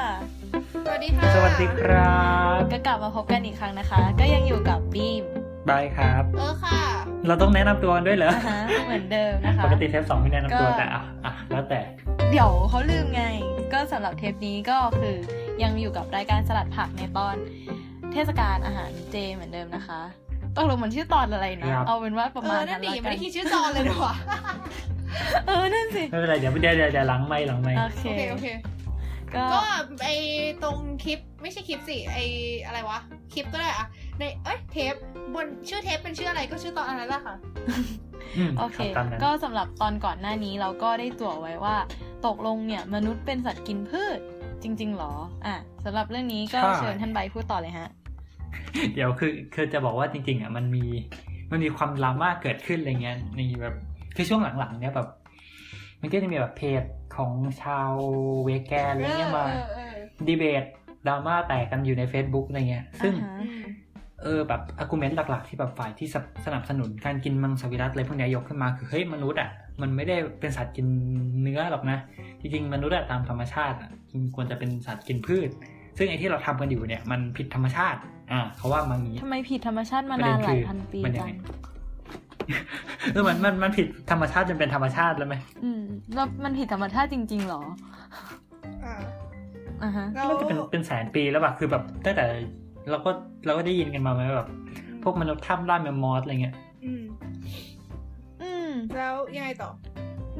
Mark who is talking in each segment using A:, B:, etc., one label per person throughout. A: สดีค่ะ
B: สวัสดีครับ
A: ก็กลับมาพบกันอีกครั้งนะคะ ก็ยังอยู่กับบีม
B: บายครับ
C: เออค่ะ
B: เราต้องแนะนำตัวด้วยเหรอ
A: อ่า ฮะเหมือนเดิมนะคะ
B: ปกติเทปสองไม่แนะนำตัว
A: ก็
B: แต่อ่ะอ่ะแล้วแต่
A: เดี๋ยวเขาลืมไง ก็สำหรับเทปนี้ก็คือยังอยู่กับรายการสลัดผักในตอน เทศกาลอาหารเจเหมือนเดิมนะคะตกลงมันชื่อตอนอะไรนะ
B: ครับ
A: เอาเป็นว่าประ
C: เอ
A: มา
C: อ
A: ณ
C: นั่
A: นั้น น
C: ดิ
A: แล้วกัน
C: ไม่ได้ คิดชื่อจอเลยหรอวะ
A: เออนั่นสิ
B: ไม่เป็นไรเดี๋ยวเดี๋ยวเดี๋ยวเดี๋ยวหลังไม่หลังไม่
A: โอ
C: โอ
A: เค
C: เคโอเค
A: ก็
C: ก็ไอตรงคลิปไม่ใช่คลิปสิไออะไรวะ คลิปก็ได้อะในเอ้ยเทปบนชื่อเทปเป็นชื่ออะไรก็ชื่อตอนอันนั้นแหละค่ะ
B: อืม
A: โอเค
B: รับตามนั้น
A: ก็สำหรับตอนก่อนหน้านี้เราก็ได้ตั๋วไว้ว่า ตกลงเนี่ยมนุษย์เป็นสัตว์กินพืชจริงๆหรออ่ะสำหรับเรื่องนี้ก็เชิญท่านใบพูดต่อเลยฮะ
B: เดี๋ยวคือคือจะบอกว่าจริง ๆอ่ะมันมีมันมีความดราม่าเกิดขึ้นอะไรเงี้ยในแบบคือช่วงหลังๆ เนี้ยแบบ มันก็จะมีแบบเพจของชาวเวแกนอะไรเงี้ยมา
C: เออเออ
B: ดีเบตดราม่าแตกกันอยู่ใน Facebook อะไรเงี้ย ซึ่ง
A: อ่าฮะ
C: เอออืม
B: เออแบบอากูเมนต์หลักๆ ที่แบบฝ่ายที่สนับสนับสนุนการกินมังสวิรัตอะไรพวกเนี้ยยกขึ้นมาคือเฮ้ยมนุษย์อ่ะมันไม่ได้เป็นสัตว์กินเนื้อหรอกนะ จริงๆ มนุษย์อะตามธรรมชาติอะจริงควรจะเป็นสัตว์กินพืช ซึ่งไอ้ที่เราทำกันอยู่เนี่ยมันผิดธรรมชาติ อ่าเขาว่ามางี้
A: ทำไมผิดธรรมชาติมานานหลายพันปี
B: ประเด็น
A: จั
B: คื
A: ง
B: อ เออมันมันมันผิดธรรมชาติจนเป็นธรรมชาติแล้วไหม
A: อืมแล้วมันผิดธรรมชาติจริง ๆ หรอ
C: อ่า
A: อ่าฮะ
C: แล้ว
B: น่าจะเป็นเป็นแสนปีแล้วป่ะคือแบบตั้งแต่เราก็เราก็ได้ยินกันมาไหมแบบพวกมนุษย์ถ้ำล่าแมมมอสอะไรเงี้ย
C: อืม
A: อืม
C: แล้วยังไงต่อ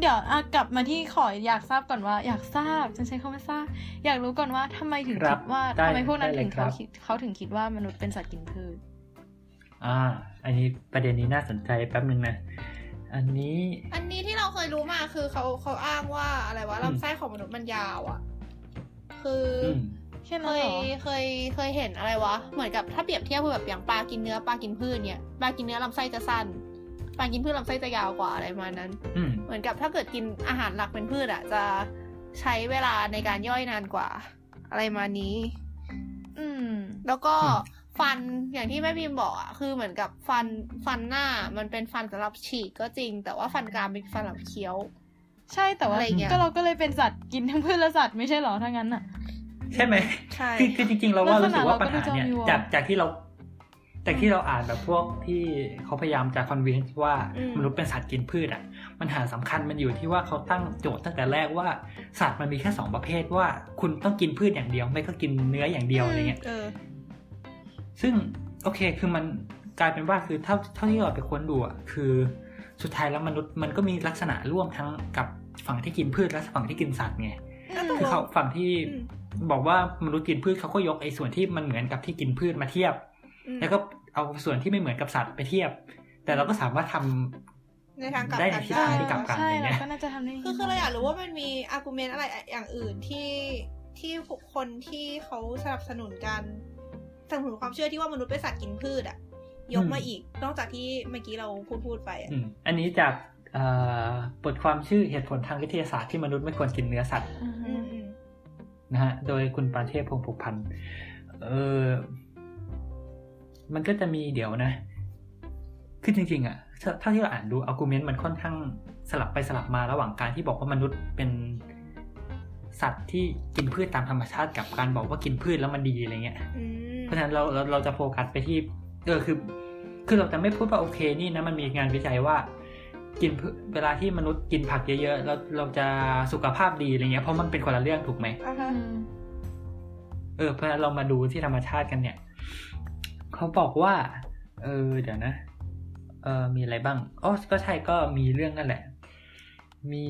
A: เดี๋ยวอ่ะกลับมาที่ขออยากทราบก่อนว่า อยากทราบฉันใช้คำว่าทราบ อยากรู้ก่อนว่าทำไมถึง
B: ค
A: คิ
B: รับ
A: ดว่า
B: ได้
A: ทำไมพวกนั้น
B: ได้เล
A: ถึ
B: ย
A: งเขา
B: ครับ
A: คิดเขาถึงคิดว่ามนุษย์เป็นสัตว์กินพืช
B: อ่า อันนี้ประเด็นนี้น่าสนใจแป๊บหนึ่งนะ อันนี้
C: อันนี้ที่เราเคยรู้มาคือเขาเขาอ้างว่าอะไรวะ
B: อืม
C: ลำไส้ของมนุษย์มันยาวอ่ะ คืออ
B: อืม
A: ใช่ไหม
C: เคย
A: หรอ
C: เคยเคยเห็นอะไรวะ เหมือนกับถ้าเปรียบเทียบคือแบบอย่างปลากินเนื้อปลากินพืชเนี่ยปลากินเนื้อลำไส้จะสั้นปลากินพืชลำไส้จะยาวกว่าอะไรประมาณนั้น
B: อืม
C: เหมือนกับถ้าเกิดกินอาหารหลักเป็นพืชอะจะใช้เวลาในการย่อยนานกว่า อะไรมานี้
A: อืม
C: แล้วก็
B: อืม
C: ฟันอย่างที่แม่บีมบอกอะคือเหมือนกับฟันฟันหน้ามันเป็นฟันสำหรับฉีกก็จริง แต่ว่าฟันกรามเป็นฟันสำหรับเคี้ยว
A: ใช่แต่ว่า
C: อะไรเงี้ย
A: ก็เราก็เลยเป็นสัตว์กินทั้งพืชและสัตว์ไม่ใช่หรอถ้างั้นอ่ะ
B: ใช่ไหม
C: ใช่
B: คือคือจริงๆ เราว่า
A: ลั
B: รู้
A: กษ
B: สึ
A: ณะ
B: กว่าปัญหา
A: เราก็ดู
B: เนี่ย
A: จอมอยู่อะ
B: จากจากที่เรา จากที่เราอ่านแบบพวกที่เขาพยายามจะคอนวินส์ว่า
C: อืม
B: มนุษย์เป็นสัตว์กินพืชอ่ะ ปัญหาสำคัญมันอยู่ที่ว่าเขาตั้งโจทย์ตั้งแต่แรกว่าสัตว์มันมีแค่สองประเภทว่า คุณต้องกินพืชอย่างเดียว ไม่ก็กินเนื้ออย่างเดียวอะไรเงี้ย
C: เออ
B: ซึ่งโอเคคือมันกลายเป็นว่าคือเท่าเท่าที่เราไปค้นดูอ่ะคือสุดท้ายแล้วมนุษย์มันก็มีลักษณะร่วมทั้งกับฝั่งที่กินพืชและฝั่งที่กินสัตว์ไงคือเขาฝั่งที่
C: อืม
B: บอกว่ามนุษย์กินพืชเขาก็ยกไอ้ส่วนที่มันเหมือนกับที่กินพืชมาเทียบ
C: อืม
B: แล้วก็เอาส่วนที่ไม่เหมือนกับสัตว์ไปเทียบ แต่เราก็สามารถทำ
C: ในทางกลับ
B: ได้
C: กัน
B: ในทิศทางที่กลับกัน
A: ใช่
B: อะไรเงี้
A: เรา
B: ย
A: ก็น่าจะทำได้ดี
C: คือคือเราอยากรู้ว่ามันมีอาร์กุเมนต์อะไรอย่างอื่นที่ที่คนที่เขาสนับสนุนการสนับสนุนความเชื่อที่ว่ามนุษย์เป็นสัตว์กินพืชอะยกมา
B: อืม
C: อีก นอกจากที่เมื่อกี้เราพูดพูดไปอะ
B: อืมอันนี้จากเอ่อบทความชื่อเหตุผลทางวิทยาศาสตร์ที่มนุษย์ไม่ควรกินเนื้อสัตว์
A: อือฮึ
C: อืมอืม
B: นะฮะ โดยคุณปานเทพพงศ์ผูกพันธ์เออ มันก็จะมีเดี๋ยวนะ คือจริงๆอะถ้าถ้าที่เราอ่านดูอาร์กุเมนต์มันค่อนข้างสลับไปสลับมาระหว่างการที่บอกว่ามนุษย์เป็นสัตว์ที่กินพืชตามธรรมชาติกับการบอกว่ากินพืชแล้วมันดีอะไรเงี้ย
C: อืม
B: เพราะฉะนั้นเราเราเราจะโฟกัสไปที่เออคือ คือเราจะไม่พูดว่าโอเคนี่นะมันมีงานวิจัยว่า กินพืชเวลาที่มนุษย์กินผักเยอะๆเราเราจะสุขภาพดีอะไรเงี้ยเพราะมันเป็นคนละเรื่องถูกไหม
C: อ่ะฮะ
B: เออเพราะฉะนั้นเรามาดูที่ธรรมชาติกันเนี่ย เขาบอกว่า เออ เดี๋ยวนะ เออมีอะไรบ้างอ๋อก็ใช่ก็มีเรื่องนั่นแหละ มี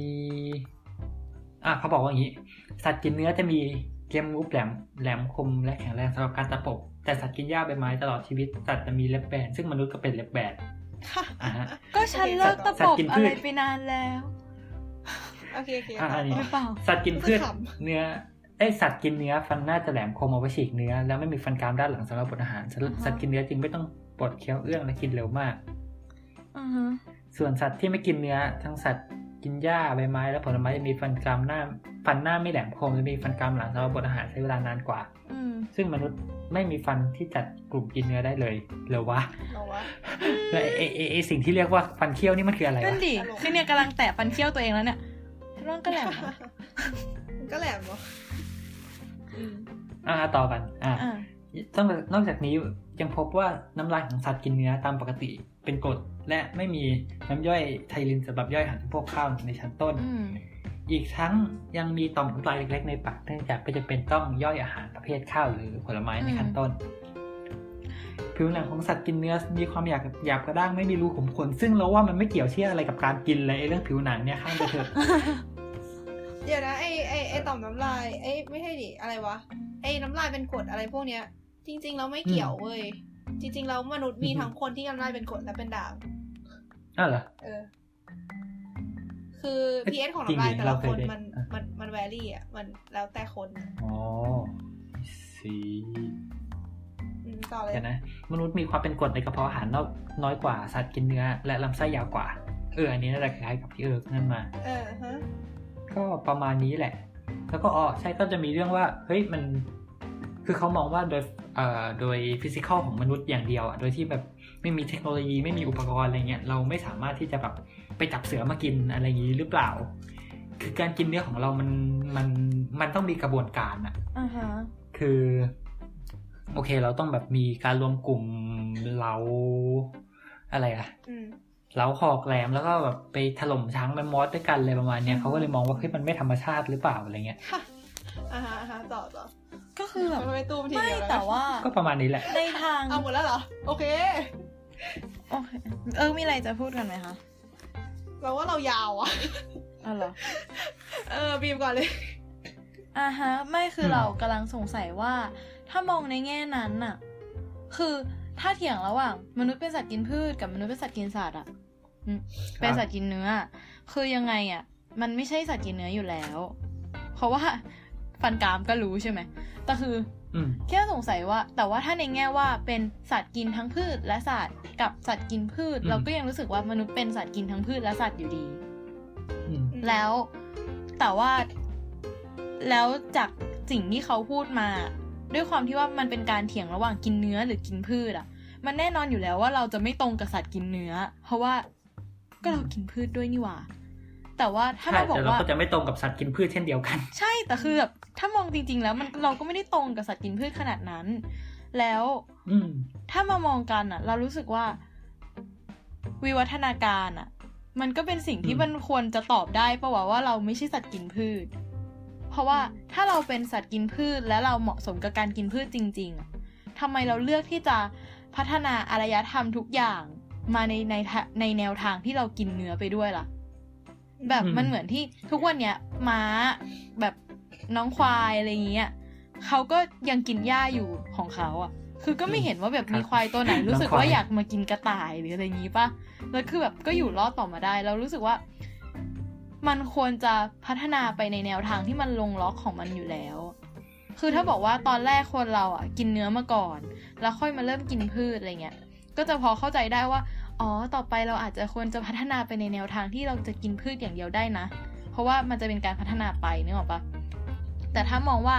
B: อ่ะเขาบอกว่าอย่างนี้ สัตว์กินเนื้อจะมีเกมรูปแหลมแหลมคมและแข็งแรงสำหรับการตะปบ แต่สัตว์กินหญ้าใบไม้ตลอดชีวิตสัตว์จะมีเล็บแบนซึ่งมนุษย์ก็เป็นเล็บแบนอ่ะฮะ
A: ก็ฉันเลิกตะปบอะไรไปนานแล้ว
C: โอเคโอเค
B: อ่ะอันนี้
A: หรือเปล่า
B: สัตว์กินพืชเนื้อไอยสัตว์กินเนื้อฟันหน้าจะแหลมคมเอาไว้ฉีกเนื้อ แล้วไม่มีฟันกรามด้านหลังสำหรับบดอาหารสัตว์
A: อ่าฮะ
B: สัตว์กินเนื้อจึงไม่ต้องปลดเคี้ยวเอื้องและกินเร็วมาก
A: อือฮึ
B: ส่วนสัตว์ที่ไม่กินเนื้อ ทั้งสัตว์กินหญ้าใบไม้และผลไม้จะมีฟันกรามหน้า ฟันหน้าไม่แหลมคมจะมีฟันกรามหลังสำหรับบดอาหารใช้เวลานานกว่า
A: อืม
B: ซึ่งมนุษย์ไม่มีฟันที่จัดกลุ่มกินเนื้อได้เลยเหรอวะ
C: เราว่า
B: และไอไอ้ไอสิ่งที่เรียกว่าฟันเคี้ยวนี่มันคืออะไร
A: นั่น
B: วะ
A: ดิ
C: ตลก
A: คือเนี่ยกำลังแตะฟันเคี้ยวตัวเองแล้วเนี่ยร่างก็แหลมนะ
C: มันก็แหลมเนาะอืม
B: อ่าต่อกัน อ่า
A: อ่ะ
B: ต้องนอกจากนี้ยังพบว่าน้ำลายของสัตว์กินเนื้อตามปกติเป็นกรดและไม่มีน้ำย่อยไทลินสำหรับย่อยอาหารพวกข้าวในชั้นต้น
A: อืม
B: อีกทั้งยังมีต่อมน้ำลายเล็กๆในปากเนื่องจากก็จะเป็นต้องย่อยอาหารประเภทข้าวหรือผลไม้ในขั้นต้น ผิวหนังของสัตว์กินเนื้อมีความหยาบหยาบกระด้างไม่มีรูขุมขนซึ่งเราว่ามันไม่เกี่ยวเชื่ออะไรกับการกินเลยไอ้เรื่องผิวหนังเนี่ยข้ามไปเถอะ
C: เดี๋ยวนะไอไอไอต่อมน้ำลายไอยไม่ใช่ดิอะไรวะไอน้ำลายเป็นกรดอะไรพวกเนี้ย จริงๆเราไม่เกี่ยวเว้ยจริงๆเรามนุษย์มี
B: อือฮึ
C: ทั้งคนที่น้ำลายเป็นกรดและเป็นด่าง
B: อ้าวเหรอ
C: เออ คือ
B: เอ๊ะ
C: pH ของ
B: จริง
C: น้ำลาย
B: ดิ
C: แต่ละ
B: เราเค
C: ค
B: ย
C: น
B: ได้
C: มัน
B: อ่ะ
C: มันมันแวรี่อ่ะมันแล้วแต่คนอะ
B: อ๋อสี
C: อืมต่อเลย
B: เดี๋ยวนะ มนุษย์มีความเป็นกรดในกระเพาะอาหารนอกน้อยกว่าสัตว์กินเนื้อ และลำไส้ยาวกว่า เอออันนี้น่าจะคล้ายกับที่เอิร์กนั่นมา
C: เออฮะ
B: ก็ประมาณนี้แหละ แล้วก็อ๋อใช่ก็จะมีเรื่องว่า เฮ้ย มัน คือเขามองว่าโดยเอ่อโดยฟิสิกอลของมนุษย์อย่างเดียวอ่ะ โดยที่แบบไม่มีเทคโนโลยีไม่มีอุปกรณ์อะไรเงี้ย เราไม่สามารถที่จะแบบไปจับเสือมากินอะไรอย่างนี้หรือเปล่า คือการกินเนื้อของเรามัน มัน มันต้องมีกระบวนการอ่ะ
A: อ่าฮะ
B: คือ โอเค เราต้องแบบมีการรวมกลุ่มเรา อะไรอะ
C: อืม
B: เราหอกแหลมแล้วก็แบบไปถล่มช้างแมมมอสด้วยกันอะไรประมาณเนี้ยเขาก็เลยมองว่าเฮ้ยมันไม่ธรรมชาติหรือเปล่าอะไรเงี้ย
C: อ่าฮะอ่าฮะต่อต่อ
A: ก็คือแบบ
C: ไม่ตู้มที
A: ไม่
C: เดียวนะ
A: แต่ว่า
B: ก็ประมาณนี้แหละ
A: ในทาง
C: เอาหมดแล้วเหรอ โอเค
A: โอเคเออมีอะไรจะพูดกันไหมคะ
C: เราว่าเรายาวอ่ะ
A: อ๋อเหรอ
C: เออบีมก่อนเลย
A: อ่าฮะไม่คือ
B: ม
A: เรากำลังสงสัยว่า ถ้ามองในแง่นั้นน่ะ คือถ้าเถียงระหว่างมนุษย์เป็นสัตว์กินพืชกับมนุษย์เป็นสัตว์กินสัตว์อ่ะอืมเป็นสัตว์กินเนื้อ คือยังไงอ่ะ มันไม่ใช่สัตว์กินเนื้ออยู่แล้ว เพราะว่าฟันกรามก็รู้ใช่ไหมแต่คือ
B: อืม
A: แค่สงสัยว่า แต่ว่าถ้าในแง่ว่าเป็นสัตว์กินทั้งพืชและสัตว์กับสัตว์กินพืช
B: อืม
A: เราก็ยังรู้สึกว่ามนุษย์เป็นสัตว์กินทั้งพืชและสัตว์อยู่ดี
B: อืม
A: แล้วแต่ว่าแล้วจากสิ่งที่เขาพูดมา ด้วยความที่ว่ามันเป็นการเถียงระหว่างกินเนื้อหรือกินพืชอ่ะ มันแน่นอนอยู่แล้วว่าเราจะไม่ตรงกับสัตว์กินเนื้อ เพราะว่าก็เรากินพืชด้วยนี่หว่า แต่ว่าถ้า
B: ใช่
A: เราบอก
B: แต่เรา
A: ว่า
B: ก็จะไม่ตรงกับสัตว์กินพืชเช่นเดียวกัน
A: ใช่แต่คือแบบถ้ามองจริง ๆ แล้วมันเราก็ไม่ได้ตรงกับสัตว์กินพืชขนาดนั้น แล้ว
B: อืม
A: ถ้ามามองกันอะเรารู้สึกว่า วิวัฒนาการอะมันก็เป็นสิ่งที่
B: อืม
A: มันควรจะตอบได้ปะวะว่าเราไม่ใช่สัตว์กินพืช เพราะว่าถ้าเราเป็นสัตว์กินพืช และเราเหมาะสมกับการกินพืชจริงๆอะทำไมเราเลือกที่จะพัฒนาอารยธรรมทุกอย่างมาในในทะในแนวทางที่เรากินเนื้อไปด้วยล่ะ แบบ
B: อืม
A: มันเหมือนที่ทุกวันเนี้ยม้าแบบน้องควายอะไรอย่างเงี้ยเขาก็ยังกินหญ้าอยู่ของเขาอะคือก็ไม่เห็นว่าแบบมีควายตัวไหน รู้สึกว่าอยากมากินกระต่ายหรืออะไรอย่างงี้ป่ะ แล้วคือแบบก็อยู่รอดต่อมาได้ เรารู้สึกว่า มันควรจะพัฒนาไปในแนวทางที่มันลงล็อกของมันอยู่แล้ว คือถ้าบอกว่าตอนแรกคนเราอ่ะ กินเนื้อมาก่อน แล้วค่อยมาเริ่มกินพืชอะไรเงี้ย ก็จะพอเข้าใจได้ว่า อ๋อ ต่อไปเราอาจจะควรจะพัฒนาไปในแนวทางที่เราจะกินพืชอย่างเดียวได้นะ เพราะว่ามันจะเป็นการพัฒนาไปนึกออกปะแต่ถ้ามองว่า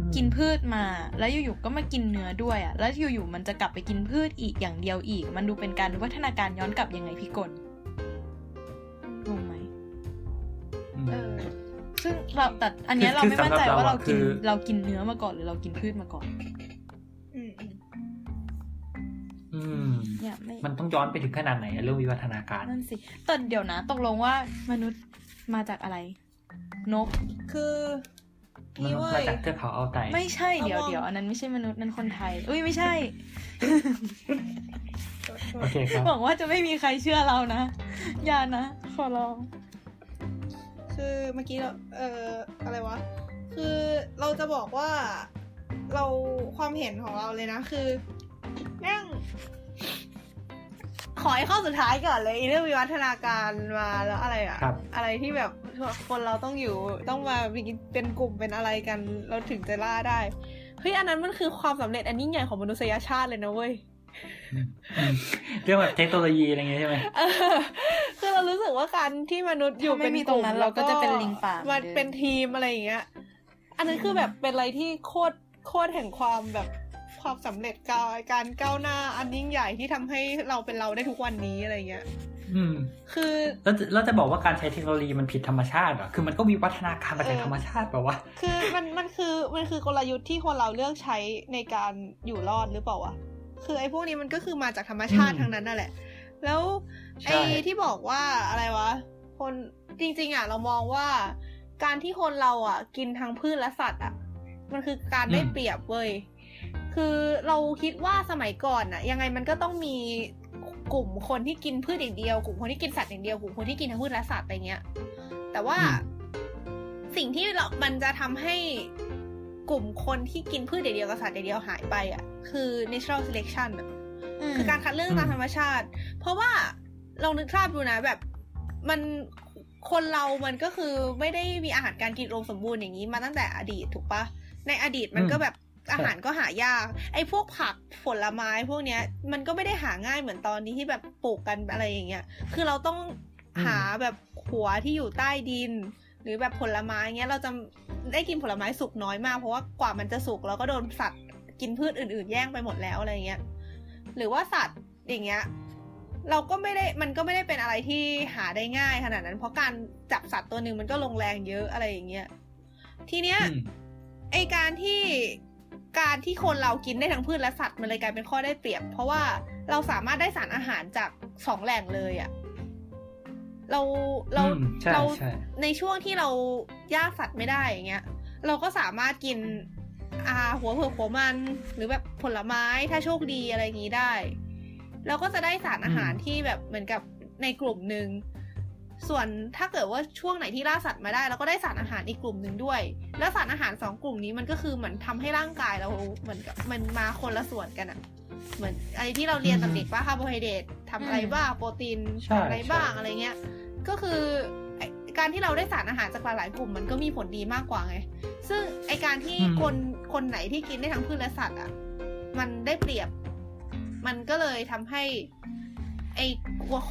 B: อืม
A: กินพืชมา แล้วอยู่ๆก็มากินเนื้อด้วยอ่ะ แล้วอยู่ๆมันจะกลับไปกินพืชอีกอย่างเดียวอีก มันดูเป็นการวัฒนาการย้อนกลับยังไงพี่กลงงไหม
B: อืม
C: เออ
A: ซึ่งเราแต่อันเนี้ย
B: คือ
A: เราไม่มั่นใจ
B: คือสำหรับ
A: ว่า
B: เรา
A: เรากิน
B: คือ
A: เรากินเนื้อมาก่อนหรือเรากินพืชมาก่อน
C: อืมอืม
B: อืม
A: เนี่ยไม่
B: มันต้องย้อนไปถึงขนาดไหนอะเรื่องวิวัฒนาการ
A: นั่นสิแต่เดี๋ยวนะตกลงว่ามนุษย์มาจากอะไร นก
C: คือ
B: มัน
C: นี่เว้
B: มาย จากเทือกเขาเอาไต
A: ไม่ใช่เดี๋ยว
C: เอามอง
A: เดี๋ยวอันนั้นไม่ใช่มนุษย์นั่นคนไทย อุ้ยไม่ใช่
B: โอเคครับ
A: หวังว่าจะไม่มีใครเชื่อเรานะ อย่านะ ขอร้อง
C: คือเมื่อกี้เราเอ่ออะไรวะ คือเราจะบอกว่าเราความเห็นของเราเลยนะ คือแม่งขอไอ้ข้อสุดท้ายก่อนเลยไอ้เรื่องวิวัฒนาการมาแล้วอะไรอะ
B: ครับ
C: อะไรที่แบบคนเราต้องอยู่ต้องมาเป็นกลุ่มเป็นอะไรกัน เราถึงจะล่าได้เฮ้ยอันนั้นมันคือความสำเร็จอันยิ่งใหญ่ของมนุษยชาติเลยนะเว้ย
B: อืมเรื่องแบบเทคโนโลยีอะไรเงี้ยใช่ไหม
C: เออ คือเรารู้สึกว่าการที่มนุษย์อยู่
A: ถ้าไม่
C: เป็น
A: มีต
C: กลุ่
A: รงนั้นเราก็จะเป็นลิงป่าเหมื
C: มั
A: อน
C: น
A: เดิม
C: เป็นทีมอะไรอย่างเงี้ย อันนั้นคือแบบเป็นอะไรที่โคตรโคตรแห่งความแบบความสำเร็จก้าวการก้าวหน้าอันยิ่งใหญ่ที่ทำให้เราเป็นเราได้ทุกวันนี้อะไรอย่างเงี้ย
B: อืม
C: คือ
B: แล้วจะแล้วจะบอกว่าการใช้เทคโนโลยีมันผิดธรรมชาติเหรอ คือมันก็มีวัฒนาการมาจากธรรมชาติแบบว่า
C: คือ มันมันคือมันคือกลยุทธ์ที่คนเราเลือกใช้ในการอยู่รอดหรือเปล่าวะคือไอ้พวกนี้มันก็คือมาจากธรรมชาติ
B: อืม
C: ทั้งนั้นนั่นแหละ แล้วไอ้
B: ใช่
C: ที่บอกว่าอะไรวะ คนจริงๆอ่ะเรามองว่า การที่คนเราอ่ะ กินทั้งพืชและสัตว์อ่ะ มันคือการได้เปรียบเว้ย คือเราคิดว่าสมัยก่อนอ่ะ ยังไงมันก็ต้องมีกลุ่มคนที่กินพืชอย่างเดียว กลุ่มคนที่กินสัตว์อย่างเดียวกลุ่มคนที่กินทั้งพืชและสัตว์อะไรเงี้ย แต่ว่า
B: อืม
C: สิ่งที่เรา มันจะทำให้กลุ่มคนที่กินพืชอย่างเดียวกับสัตว์อย่างเดียวหายไปอ่ะ คือ natural selection อะ
A: ม
C: คือการคัดเลือกตาม
B: อืม
C: ธรรมชาติ เพราะว่าลองนึกภาพดูนะ แบบมันคนเรามันก็คือไม่ได้มีอาหารการกินรวมสมบูรณ์อย่างนี้มาตั้งแต่อดีตถูกปะในอดีตมันก็แบบอาหารก็หายาก ไอ้พวกผักผลไม้พวกเนี้ย มันก็ไม่ได้หาง่ายเหมือนตอนนี้ที่แบบปลูกกันอะไรอย่างเงี้ย คือเราต้องหาแบบหัวที่อยู่ใต้ดิน หรือแบบผลไม้เงี้ยเราจะได้กินผลไม้สุกน้อยมาก เพราะว่ากว่ามันจะสุกเราก็โดนสัตว์กินพืชอื่น ๆ แย่งไปหมดแล้วอะไรเงี้ยหรือว่าสัตว์อย่างเงี้ย เราก็ไม่ได้มันก็ไม่ได้เป็นอะไรที่หาได้ง่ายขนาดนั้น เพราะการจับสัตว์ตัวหนึ่งมันก็ลงแรงเยอะอะไรอย่างเงี้ยทีเนี้ย
B: อืม
C: ไอการที่การที่คนเรากินได้ทั้งพืชและสัตว์มันเลยกลายเป็นข้อได้เปรียบ เพราะว่าเราสามารถได้สารอาหารจากสองแหล่งเลยอะเราเรา
B: อืมใช่
C: เรา
B: ใช่
C: ในช่วงที่เราย่าสัตว์ไม่ได้อย่างเงี้ย เราก็สามารถกินอาหัวเผือกหัวมัน หรือแบบผลไม้ถ้าโชคดีอะไรอย่างงี้ได้ เราก็จะได้สารอาหารที่แบบเหมือนกับในกลุ่มหนึ่งส่วนถ้าเกิดว่าช่วงไหนที่ล่าสัตว์มาได้เราก็ได้สารอาหารอีกกลุ่มหนึ่งด้วย แล้วสารอาหารสองกลุ่มนี้มันก็คือเหมือนทำให้ร่างกายเราเหมือนกับมันมาคนละส่วนกันอะเหมือนอะไรที่เราเรียนตอนเด็กว่าคาร์โบไฮเดรตทำอะไรบ้างโปรตีน
B: ใช่
C: ทำอะไรบ้าง
B: ใช่
C: อะไรเงี้ย ก็คือไอ้การที่เราได้สารอาหารจากหลายๆกลุ่มมันก็มีผลดีมากกว่าไง ซึ่งไอการที่
B: อืม
C: คนคนไหนที่กินได้ทั้งพืชและสัตว์อ่ะ มันได้เปรียบ มันก็เลยทำให้ ไอ้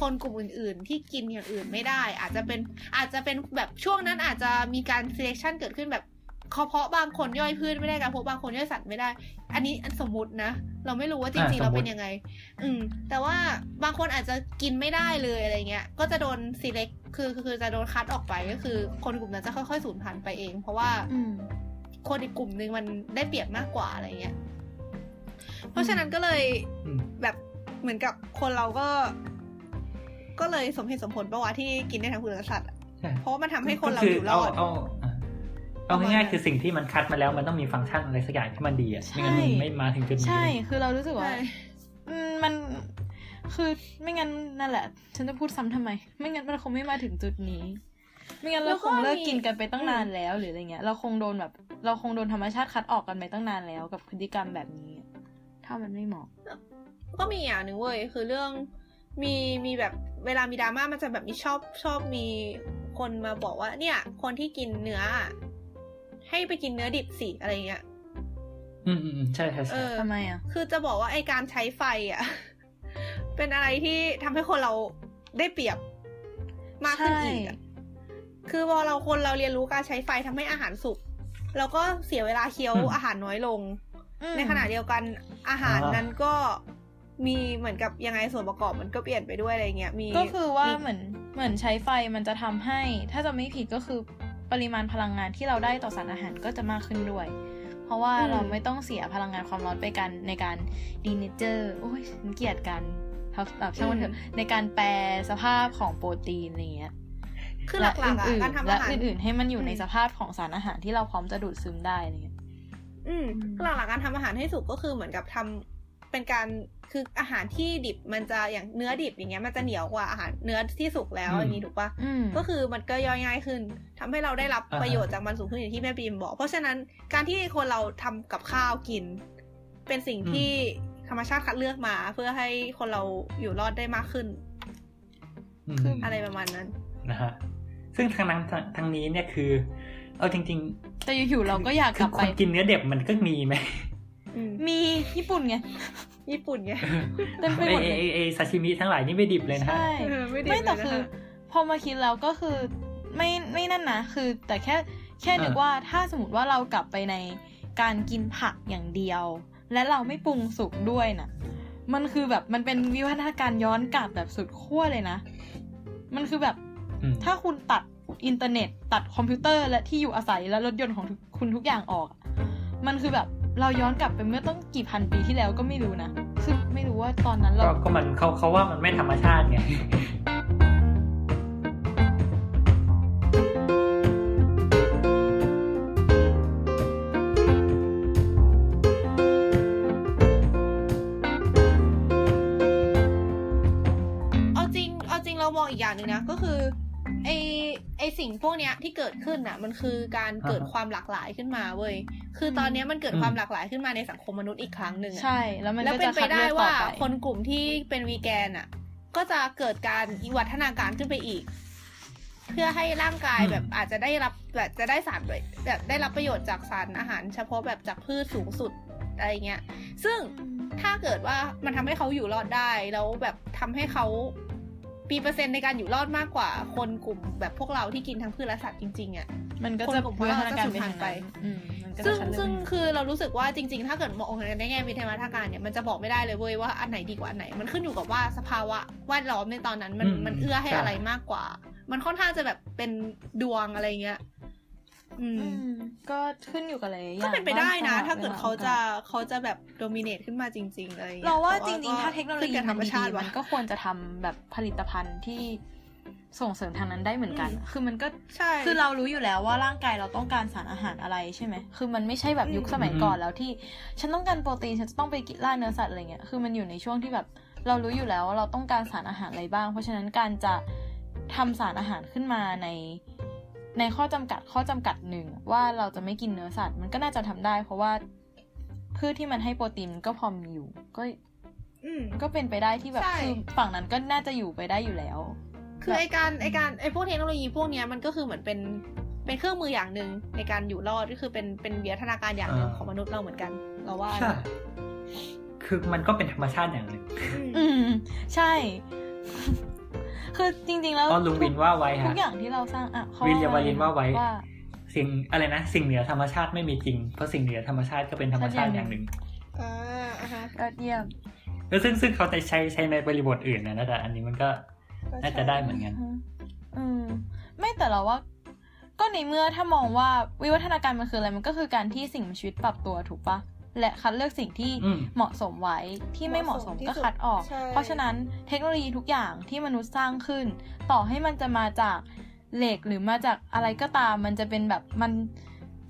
C: คนกลุ่มอื่น ๆ ที่กินอย่างอื่นไม่ได้ อาจจะเป็นอาจจะเป็นแบบช่วงนั้นอาจจะมีการ selection เกิดขึ้นแบบเพาะบางคนย่อยพืชไม่ได้การเพาะบางคนย่อยสัตว์ไม่ได้ อันนี้อันสมมตินะ เราไม่รู้ว่าจริง ๆ
B: อ่าสมมุติ
C: เราเป็นยังไง อืม แต่ว่าบางคนอาจจะกินไม่ได้เลยอะไรเงี้ย ก็จะโดน select คือคือคือจะโดนคัดออกไปก็คือคนกลุ่มนั้นจะค่อย ๆ สูญพันธุ์ไปเอง เพราะว่า
A: อืม
C: คนอีกกลุ่มนึงมันได้เปรียบมากกว่าอะไรเงี้ย เพราะฉะนั้นก็เลย
B: อืม
C: แบบเหมือนกับคนเราก็ ก็เลยสมเหตุสมผลปะวะที่กินได้ทั้งพืชและสัตว์อะ
B: ใช่
C: เพราะว่ามันทำให้คนเรา
B: ก็
C: อยู่รอด
B: เาเอาเอาง่ายๆคือสิ่งที่มันคัดมาแล้วมันต้องมีฟังก์ชันอะไรสักอย่างที่มันดีอ่ะ
A: ใช่
B: ไม่งั้นมันไม่มาถึงจุดนี้
A: ใช่ คือเรารู้สึกว่า
C: ใช่
A: อืมมัน คือไม่งั้นนั่นแหละ ฉันจะพูดซ้ำทำไม ไม่งั้นมันคงไม่มาถึงจุดนี้ ไม่งั้นเราคงเลิกกินกันไปตั้งนานแล้วหรืออะไรเงี้ย เราคงโดนแบบ เราคงโดนธรรมชาติคัดออกกันไปตั้งนานแล้วกับพฤติกรรมแบบนี้ ถ้ามันไม่เหมาะ
C: ก็มีอย่างหนึ่งเว้ยคือเรื่องมีมีแบบเวลามีดราม่ามันจะแบบมีชอบชอบมีคนมาบอกว่า เนี่ย คนที่กินเนื้ออะให้ไปกินเนื้อดิบสิอะไรเงี้ย
B: อืมอืมอืมใช่ใช่
C: เอ
B: ใช่
C: อ
A: ทำไมอ่ะ
C: คือจะบอกว่าไอการใช้ไฟอ่ะ เป็นอะไรที่ทำให้คนเราได้เปรียบมากขึ้นอีกอะ
A: ใช่
C: คือพอเราคนเราเรียนรู้การใช้ไฟทำให้อาหารสุกแล้วก็เสียเวลาเคี้ยวอาหารน้อยลง
A: อืม
C: ในขณะเดียวกันอาหารนั้นก็มีเหมือนกับยังไงส่วนประกอบมันก็เปลี่ยนไปด้วยอะไรเงี้ยมี
A: ก็คือว่า
C: มี
A: เหมือน เหมือนใช้ไฟมันจะทำให้ ถ้าจะไม่ผิดก็คือปริมาณพลังงานที่เราได้ต่อสารอาหารก็จะมากขึ้นด้วย เพราะว่า
C: อืม
A: เราไม่ต้องเสียพลังงานความร้อนไปกันในการดีเนเจอร์โอ้ยฉันเกลียดกันทับแบบช่างมันเถอะในการแปรสภาพของโปรตีนอะไรเงี้ย
C: คือหลักๆอะ
A: อื่น
C: การทำ
A: และ
C: อาหาร
A: อื่นๆ ให้มันอยู่ใน
C: อืม
A: สภาพของสารอาหารที่เราพร้อมจะดูดซึมได้อะไรเงี้ย
C: อืม
A: อืม
C: หลักหลักๆการทำอาหารให้สุกก็คือเหมือนกับทำเป็นการคืออาหารที่ดิบมันจะอย่างเนื้อดิบอย่างเงี้ยมันจะเหนียวกว่าอาหารเนื้อที่สุกแล้วอย่างนี้ถูกปะ
A: อืม
C: ก็คือมันก็ย่อยง่ายขึ้นทำให้เราได้รับ
B: อ่าฮะ
C: ประโยชน์จากมันสูงขึ้นอย่างที่แม่บีมบอก เพราะฉะนั้นการที่คนเราทำกับข้าวกิน เป็นสิ่งที่ธรรมชาติคัดเลือกมา เพื่อให้คนเราอยู่รอดได้มากขึ้น
B: ม
A: คืออ
C: อะไรประมาณนั้น
B: นะฮะซึ่งทางนั้นทางทางนี้เนี่ยคือ เอาจริง
A: แต่อยู่
B: ๆ
A: ๆเราก็อยากกลับ
B: คื
A: ไป
B: คนกินเนื้อเด็บมันก็มีไหม
C: อืม
A: มีญี่ปุ่นไง
C: ญี่ปุ่นไง
A: เต็มไป
B: ไอ
A: หมด
B: ไอ้
A: เลย
B: ไอ้ไอซาชิมิทั้งหลายนี่ไม่ดิบเลยนะ
A: ใช่
B: ฮะ
C: เออไม่ดิบ
A: ไม่แต่
C: เลยนะ
A: คือ
C: คะ
A: พอมาคิดแล้วก็คือไม่ไม่นั่นนะคือ แต่แค่แค่นึก
B: อ่า
A: ว่าถ้าสมมติว่าเรากลับไปในการกินผักอย่างเดียว และเราไม่ปรุงสุกด้วยนะ มันคือแบบมันเป็นวิวัฒนาการย้อนกลับแบบสุดขั้วเลยนะ มันคือแบบ
B: อืม
A: ถ้าคุณตัดอินเทอร์เน็ต ตัดคอมพิวเตอร์และที่อยู่อาศัยและรถยนต์ของทุกคุณทุกอย่างออกอะมันคือแบบเราย้อนกลับไปเมื่อต้องกี่พันปีที่แล้วก็ไม่รู้นะซึ่งไม่รู้ว่าตอนนั้นเรา
B: ก็ก็มันเขาเขาว่ามันไม่ธรรมชาติไง
C: เอาจริง เอาจริงเรามองอีกอย่างหนึ่งนะ ก็คือไอไอสิ่งพวกเนี้ยที่เกิดขึ้นน่ะ มันคือการเกิด
B: อ่าฮะ
C: ความหลากหลายขึ้นมาเว้ย คือตอนเนี้ยมันเกิด
B: อืม
C: ความหลากหลายขึ้นมาในสังคมมนุษย์อีกครั้งหนึ่งอะ
A: ใช่ แล้วมัน
C: แล้ว
A: ก็
C: เป็น
A: จะ
C: ไป
A: คัด
C: ได้
A: เลือกต่
C: ว่า
A: อไป
C: คนกลุ่มที่เป็นวีแกนอ่ะ ก็จะเกิดการวิวัฒนาการขึ้นไปอีก เพื่อให้ร่างกาย
B: อืม
C: แบบอาจจะได้รับแบบจะได้สารแบบได้รับประโยชน์จากสารอาหาร เฉพาะแบบจากพืชสูงสุดอะไรเงี้ย ซึ่ง ถ้าเกิดว่ามันทำให้เขาอยู่รอดได้แล้วแบบทำให้เขามีเปอร์เซ็นต์ในการอยู่รอดมากกว่า คนกลุ่มแบบพวกเราที่กินทั้งพืชและสัตว์จริงๆอะ
A: มันก็จะ
C: คนกลุ่ม
A: วิวัฒนาการ
C: เราก็จะ
A: ไปทาง
C: ไป
A: นั้นอืมมันก็จะ
C: ซึ่ง
A: คัดเลือก
C: ซึ่ง
A: ไป
C: คือเรารู้สึกว่าจริง ๆ ถ้าเกิดมองในแง่วิทยาการเนี่ยมันจะบอกไม่ได้เลยเว้ยว่าอันไหนดีกว่าอันไหน มันขึ้นอยู่กับว่าสภาวะแวดล้อมในตอนนั้นมัน
B: อืม
C: มันเอื้อให้
B: ใช่
C: อะไรมากกว่า มันค่อนข้างจะแบบเป็นดวงอะไรเงี้ยอืม
A: อืมก็ขึ้นอยู่กับหลายๆอย่าง
C: ก็เป็นไปได้นะ
A: บ้ง
C: ถ้าเกิดเขาจะเขาจะแบบโดมิเนตขึ้นมาจริงๆอะไรงี้ย
A: เราว่าจ
C: แต่
A: ริง ๆ ถ้าเทคโนโลยี
C: ขึ้กับธร
A: มัน
C: รม
A: ดี
C: ชาติว่ะ
A: มันก็ควรจะทำแบบผลิตภัณฑ์ที่ส่งเสริมทางนั้นได้เหมือนกัน
C: อืม
A: คือมันก็
C: ใช่
A: คือเรารู้อยู่แล้วว่าร่างกายเราต้องการสารอาหารอะไรใช่ไหมคือมันไม่ใช่แบบยุคสมัย
B: อืม
A: ก่อนแล้วที่ ฉันต้องการโปรตีนฉันจะต้องไปกินล่าเนื้อสัตว์อะไรเงี้ยคือมันอยู่ในช่วงที่แบบเรารู้อยู่แล้วว่าเราต้องการสารอาหารอะไรบ้าง เพราะฉะนั้นการจะทำสารอาหารขึ้นมาใน ในข้อจำกัดข้อจำกัดหนึ่งว่าเราจะไม่กินเนื้อสัตว์มันก็น่าจะทำได้ เพราะว่าพืชที่มันให้โปรตีนมันก็พอมีอยู่ ก็
C: อืม
A: ก็เป็นไปได้ที่แบบ
C: ใช่
A: คือฝั่งนั้นก็น่าจะอยู่ไปได้อยู่แล้ว
C: คือไอการไอการไอพวกเทคโนโลยีพวกเนี้ยมันก็คือเหมือนเป็นเป็นเครื่องมืออย่างหนึ่งในการอยู่รอดก็คือเป็นเป็นวิวัฒนาการอย่างหนึ่ง
B: อ่า
C: ของมนุษย์เราเหมือนกัน เราว่า
B: ใช่ คือมันก็เป็นธรรมชาติอย่างหนึ่ง
A: อืมใช่ คือจริง ๆ แล้ว
B: ก็ลุงวินว่าไว้
A: ทุ
B: ฮะ
A: กอย่างที่เราสร้างอ่ะเขา
B: วิลเลียมวาลินว่าไว้
A: ว่า
B: สิ่งอะไรนะ สิ่งเหนือธรรมชาติไม่มีจริง เพราะสิ่งเหนือธรรมชาติก็เป็นธรรมชาติอย่างหนึ่ง
C: อ่าอ่าฮะ
A: ก็เยี่ยม
B: แล้วซึ่งซึ่งเขาจะใช้ใช้ในบริบทอื่นนะนะแต่อันนี้มันก็น่าจะได้เหมือนกัน
A: อืมไม่แต่เราว่า ก็ในเมื่อถ้ามองว่าวิวัฒนาการมันคืออะไรมันก็คือการที่สิ่งมีชีวิตปรับตัวถูกปะและคัดเลือกสิ่งที่
B: อืม
A: เหมาะสมไว้ที่ไม่เหมาะสมก็คัดออก เพราะฉะนั้นเทคโนโลยีทุกอย่างที่มนุษย์สร้างขึ้น ต่อให้มันจะมาจากเหล็กหรือมาจากอะไรก็ตาม มันจะเป็นแบบมัน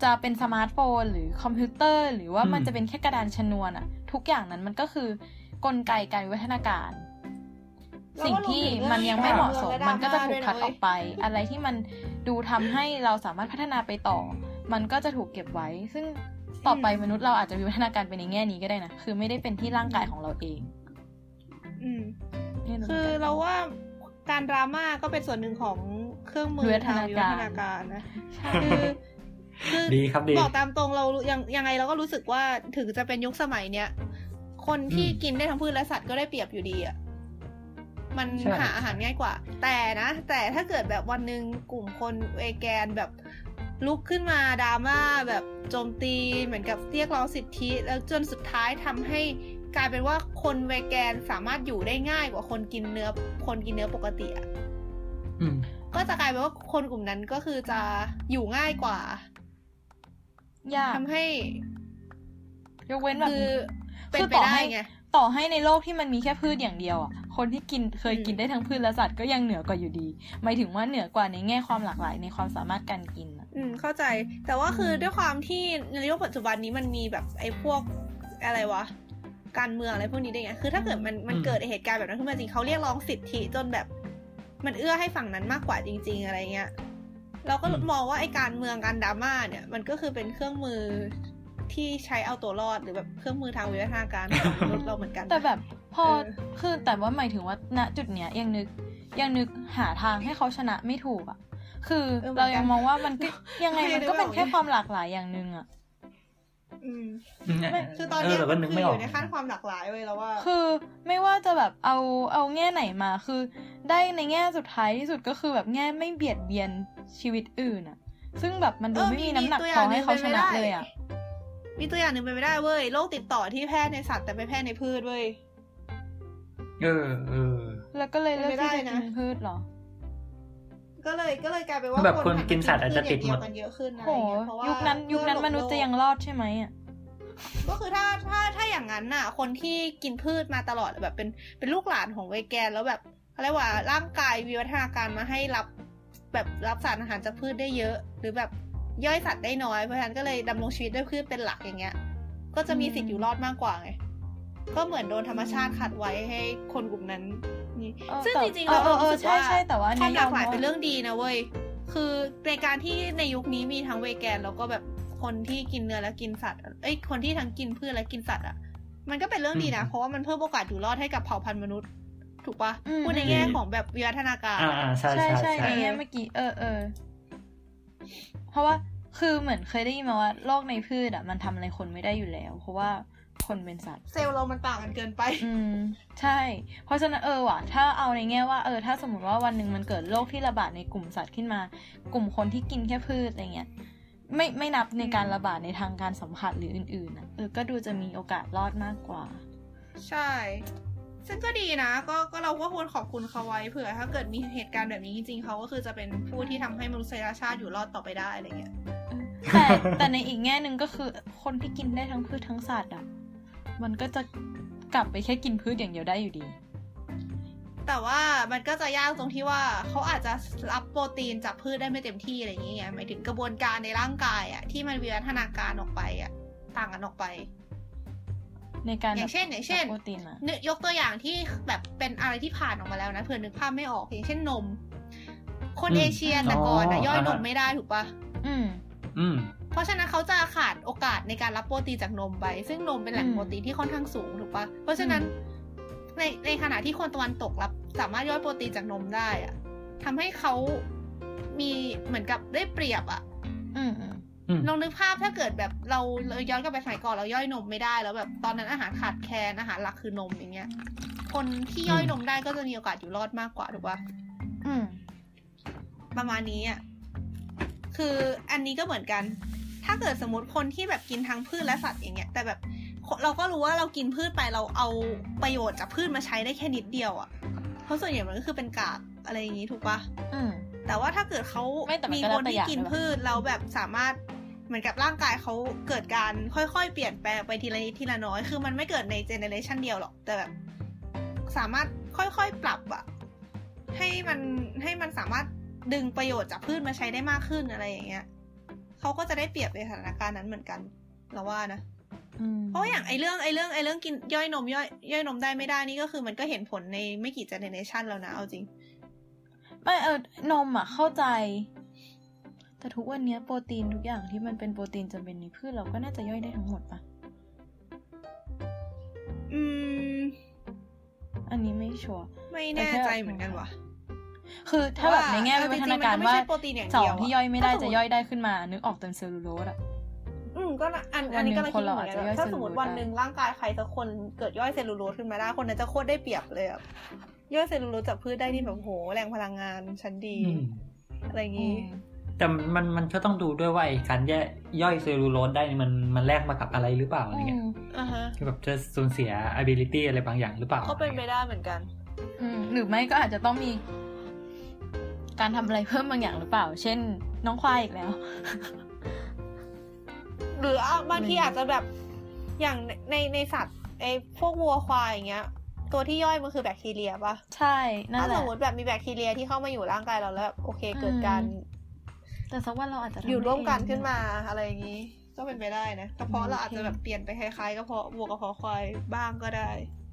A: จะเป็นสมาร์ทโฟน หรือคอมพิวเตอร์ หรือว่า
B: อืม
A: มันจะเป็นแค่กระดานชนวนอะทุกอย่างนั้นมันก็คือกลไกการวิวัฒนาการ สิ่งที่มันยังไม่เหมาะสม มันก็จะถูกคัดออกไป อะไรที่มันดูทำให้เราสามารถพัฒนาไปต่อ มันก็จะถูกเก็บไว้ ซึ่งต่อไปมนุษย์เราอาจจะวิวัฒนาการไปในแง่นี้ก็ได้นะ คือไม่ได้เป็นที่ร่างกายของเราเอง
C: อืม
A: ไม่รู้หมืนกัน
C: คือเราว่าการดราม่าก็เป็นส่วนหนึ่งของเครื่องมือ
A: วิวัฒ
C: ทาง
A: นาการ
C: วิวัฒนาการนะ
A: ใช่
C: คือคือ
B: ดีครับดี
C: บอกตามตรงเรายังยังไงเราก็รู้สึกว่าถึงจะเป็นยุคสมัยเนี้ยคนที่
B: อืม
C: กินได้ทั้งพืชและสัตว์ก็ได้เปรียบอยู่ดีอ่ะมัน
B: ใช่
C: หาอาหารง่ายกว่า แต่นะ แต่ถ้าเกิดแบบวันหนึ่งกลุ่มคนเวแกนแบบลุกขึ้นมาดราม่าแบบโจมตีเหมือนกับเรียกร้องสิทธิ แล้วจนสุดท้ายทำให้กลายเป็นว่าคนเวแกนสามารถอยู่ได้ง่ายกว่าคนกินเนื้อคนกินเนื้อปกติอะ
B: อืม
C: ก็จะกลายเป็นว่าคนกลุ่มนั้นก็คือจะอยู่ง่ายกว่าย
A: าก
C: ทำให้
A: ยกเว้นแบบ
C: คือ เป็น
A: คือ
C: ไป
A: ต่อ
C: ได้
A: ให้
C: ไง
A: ต่อให้ในโลกที่มันมีแค่พืชอย่างเดียวอ่ะ คนที่กินเคย
C: อืม
A: กินได้ทั้งพืชและสัตว์ก็ยังเหนือกว่าอยู่ดี หมายถึงว่าเหนือกว่าในแง่ความหลากหลายในความสามารถการกินอะ
C: อืมเข้าใจ แต่ว่าคืออ
A: ม
C: ด้วยความที่ในโลกปัจจุบันนี้มันมีแบบไอ้พวกอะไรวะ การเมืองอะไรพวกนี้ได้วยไง คือถ้าเกิดมันมัน
B: อืม
C: เกิดเหตุการณ์แบบนั้นขึ้นมาจริงเขาเรียกร้องสิทธิจนแบบ มันเอื้อให้ฝั่งนั้นมากกว่าจริง ๆ อะไรเงี้ย เราก็มองว่าไอ้การเมืองการดราม่าเนี่ย มันก็คือเป็นเครื่องมือที่ใช้เอาตัวรอดหรือแบบเครื่องมือทางวิวัฒนาการของมนุษย์เราเหมือนกัน
A: แต่แบบพอ
C: เออ
A: คือแต่ว่าหมายถึงว่าณจุดเนี้ยยังนึกยังนึกหาทางให้เขาชนะไม่ถูกอ่ะ คือเรายังมองว่ามันก็ยังไงมันก็เป็นแค่ความหลากหลายอย่างหนึ่งอ่ะ
C: อืม
B: อืมเ
C: คือตอน
B: เอ
C: เนี้
B: อย เราก็นึก
C: คือ
B: ไม่
C: อ
B: ออก
C: ยู่ในขั้นความหลากหลายเว้ยแล้วว่า
A: คือไม่ว่าจะแบบเอาเอาแง่ไหนมาคือ ได้ในแง่สุดท้ายที่สุดก็คือแบบแง่ไม่เบียดเบียนชีวิตอื่นอ่ะ ซึ่งแบบมันดู
C: เออ
A: ไม่
C: มี
A: มีน้ำหนัก
C: มีตั
A: พอ
C: วอย่างห
A: ให้
C: นึ่ง
A: เขาชนะ
C: เป็นไปได้
A: เลยอ่ะ
C: มีตัวอย่างหนึ่งเป็นไปได้เว้ยโรคติดต่อที่แพร่ในสัตว์แต่ไปแพร่ในพืชเว้ย
B: เออเออ
A: แล้วก็เลยเลือกที่
C: เป็นไปได้
A: จะ
C: นะ
A: กินพืชเหรอ
C: ก็เลยก็เลยกลายเป็นว่า
B: แบบคน
C: หั
B: กินสัตว์อาจจะติดหมด
C: กินเยอะขึ้นนะ
A: โห
C: เพราะว่า
A: ยุ
C: ยุ
A: คนั้นยุคนั้นมนุษย์จะยังรอดใช่ไหมอ่ะ
C: ก็คือถ้าถ้าถ้าอย่างนั้นน่ะ คนที่กินพืชมาตลอดแบบเป็นเป็นลูกหลานของเวแกนแล้วแบบอะไรยกว่าร่างกายวิวัฒนาการมาให้รับ แบบรับสารอาหารจากพืชได้เยอะ หรือแบบย่อยสัตว์ได้น้อยเพราะฉะนั้นก็เลยดำรงชีวิตด้วยพืชเป็นหลักอย่างเงี้ย ก็จะมีสิทธิ์อยู่รอดมากกว่าไงก็เหมือนโดนธรรมชาติขัดไว้ให้คนกลุ่มนั้นนี่
A: เออ
C: ซึ่ง
A: แต่
C: จริงๆแล้ว
A: เออเออ
C: เรา
A: ใช่
C: รู้สึกว่า
A: ใช่แต่ว่าอัน
C: ค
A: นี้
C: วามหลากหลาย
A: ยอมรับ
C: เป็นเรื่องดีนะเว้ย คือในการที่ในยุคนี้มีทั้งเวแกนแล้วก็แบบคนที่กินเนื้อและกินสัตว์ เอ้ย คนที่ทั้งกินพืชและกินสัตว์อ่ะ มันก็เป็นเรื่องดีนะ
B: อืม
C: เพราะว่ามันเพิ่มโอกาสอยู่รอดให้กับเผ่าพันธุ์มนุษย์ ถูกปะ
A: อืม
C: พูดในแง่
B: อืม
C: ของแบบวิวัฒนาการ
B: อ่าอ่าใช่
A: ใช่
B: ใช่
A: ใช่
B: ใช่
A: ในแง่เมื่อกี้เออเออเพราะว่าคือเหมือนเคยได้ยินมาว่าโรคในพืชอ่ะ มันทำอะไรคนไม่ได้อยู่แล้ว เพราะว่าคนเป็นสัตว์
C: เซลล์เรามันต่างกันเกินไป
A: อืม ใช่ เพราะฉะนั้นเออว่ะ ถ้าเอาในแง่ว่าเออถ้าสมมติว่าวันหนึ่งมันเกิดโรคที่ระบาดในกลุ่มสัตว์ขึ้นมา กลุ่มคนที่กินแค่พืชอะไรเงี้ยไม่ไม่นับในการระบาดในทางการสัมผัสหรืออื่นๆนะเออก็ดูจะมีโอกาสรอดมากกว่า
C: ใช่ ซึ่งก็ดีนะ ก็ก็เราก็ควรขอบคุณเขาไว้เผื่อ ถ้าเกิดมีเหตุการณ์แบบนี้จริงๆเขาก็คือจะเป็นผู้ที่ทำให้มนุษยชาติอยู่รอดต่อไปได้อะไรเงี้ย
A: แต่แต่ในอีกแง่หนึ่งก็คือคนที่กินได้ทั้งพืชทั้งสัตว์อ่ะ มันก็จะกลับไปแค่กินพืชอย่างเดียวได้อยู่ดี
C: แต่ว่ามันก็จะยากตรงที่ว่าเขาอาจจะรับโปรตีนจากพืชได้ไม่เต็มที่อะไรอย่างเงี้ยหมายถึงกระบวนการในร่างกายอะที่มันวิวัฒนาการออกไปอะต่างกันออกไป
A: ในการ
C: อย่างเช่นอย่างเช่น
A: โปรตีนมา
C: นึกยกตัวอย่างที่แบบเป็นอะไรที่ผ่านออกมาแล้วนะเผื่อนึกภาพไม่ออกอย่างเช่นนม คนเอเชียแต่ก่อนอะย่อยนมไม่ได้ถูกปะ
A: อืม
B: อืม
C: เพราะฉะนั้นเขาจะขาดโอกาสในการรับโปรตีนจากนมไป ซึ่งนมเป็นแหล่ง
A: อืม
C: โปรตีนที่ค่อนข้างสูงถูกปะเพราะฉะนั้น
A: อื
C: ในในขณะที่คนตะวันตกรับ สามารถย่อยโปรตีนจากนมได้อะทำให้เขามีเหมือนกับได้เปรียบอะ
A: อืมอืม
B: อืม
C: ลองนึกภาพถ้าเกิดแบบเราเราย้อนกลับไปสมัยก่อนเราย่อยนมไม่ได้ แล้วแบบตอนนั้นอาหารขาดแคลนอาหารหลักคือนมอย่างเงี้ย คนที่ย่อย
B: อืม
C: นมได้ก็จะมีโอกาสอยู่รอดมากกว่าถูกปะ
A: อืม
C: ประมาณนี้อ่ะ คืออันนี้ก็เหมือนกัน ถ้าเกิดสมมติคนที่แบบกินทั้งพืชและสัตว์อย่างเงี้ย แต่แบบเราก็รู้ว่าเรากินพืชไปเราเอาประโยชน์จากพืชมาใช้ได้แค่นิดเดียวอ่ะ เพราะส่วนใหญ่มันก็คือเป็นกากอะไรอย่างงี้ถูกปะ
A: อืม
C: แต่ว่าถ้าเกิดเขา
A: ไม่แต่มันก็
C: คน
A: แล้วแต่
C: ที่
A: อย่าง
C: กิน
A: ด้วยปะ
C: พืชเราแบบสามารถเหมือนกับร่างกายเขาเกิดการค่อยๆ เปลี่ยนแปลงไปทีละนิดทีละน้อย คือมันไม่เกิดในเจเนเรชันเดียวหรอก แต่แบบสามารถค่อยๆ ปรับอะให้มันให้มันสามารถดึงประโยชน์จากพืชมาใช้ได้มากขึ้นอะไรอย่างเงี้ยเขาก็จะได้เปรียบในสถานการณ์นั้นเหมือนกันเราว่านะ
A: อืม
C: เพราะอย่างไอเรื่องไอเรื่องไอเรื่องกินย่อยนมย่อยย่อยนมได้ไม่ได้นี่ก็คือมันก็เห็นผลในไม่กี่เจเนเรชันแล้วนะเอาจริง
A: ไม่เออนมอ่ะเข้าใจ แต่ทุกวันเนี้ยโปรตีนทุกอย่างที่มันเป็นโปรตีนจำเป็นในพืชเราก็น่าจะย่อยได้ทั้งหมดปะ
C: อืม
A: อันนี้ไม่ชัวร์
C: ไม่แน่ใจเหมือนกันว่ะ
A: คือถ้าแบบในแง่
C: เอ
A: วิ
C: อ
A: วัฒ
C: จงๆ
A: นาการ
C: น
A: ว่า
C: ไม่ใช่โปรตีนอย่าง
A: สอ
C: เดี
A: ง
C: ยวะ
A: ที่ย่อยไม่ได้
C: ถ้าส
A: จะ
C: ติ
A: ย่อยได้ขึ้นมา นึกออกเต็มเซลลูโลสอ่ะ
C: อืมก็น่ะอันอันนี้ก็เลยคิดอยู่เหมือน
A: วันห
C: กัน
A: นึ่งคนเราอาจจะย่อย
C: ถ้าสมมติ
A: เซลลูโลส
C: วันหนึ่งร่างกายใครสักคนเกิดย่อยเซลลูโลสขึ้นมาได้คนนั้นจะโคตรได้เปรียบเลยอะย่อยเซลลูโลสจากพืชได้นี่แบบโหแรงพลังงานชั้นดี
B: อืม
C: อะไรอย่างงี้
B: แต่มันมันก็ต้องดูด้วยว่าไอ้การแยกย่อยเซลลูโลสได้นี่มันมันแลกมากับอะไรหรือเปล่าอะไรเงี้ย
C: อ่าฮะ
B: คือแบบจะสูญเสีย ability อะไรบางอย่างหรือเปล่า
C: ก็เป็นไปได้เหมือนกัน
A: อืมหรือไม่ก็อาจจะต้องมี การทำอะไรเพิ่มบางอย่างหรือเปล่า เช่น น้องควายอีกแล้ว
C: หรืออ่ะบางที
A: อืม
C: อาจจะแบบอย่างในในในสัตว์ไอพวกวัวควายอย่างเงี้ย ตัวที่ย่อยมันคือแบคทีเรียปะ
A: ใช่นั่น
C: ถ้า
A: แห
C: ส
A: ละ
C: มมติแบบมีแบคทีเรียที่เข้ามาอยู่ร่างกายเราแล้วแบบโอเคเกิดการ
A: อืม แต่สักวันเราอาจจะทำ
C: อยู่ร่วมกัน
A: ได้เง
C: ขึ้นมาอะไรอย่างนี้ ก็เป็นไปได้นะกระเพาะ
A: อืม
C: เราอาจจะแบบเปลี่ยนไปคล้ายๆกระเพาะวัวกระเพาะควายบ้างก็ได้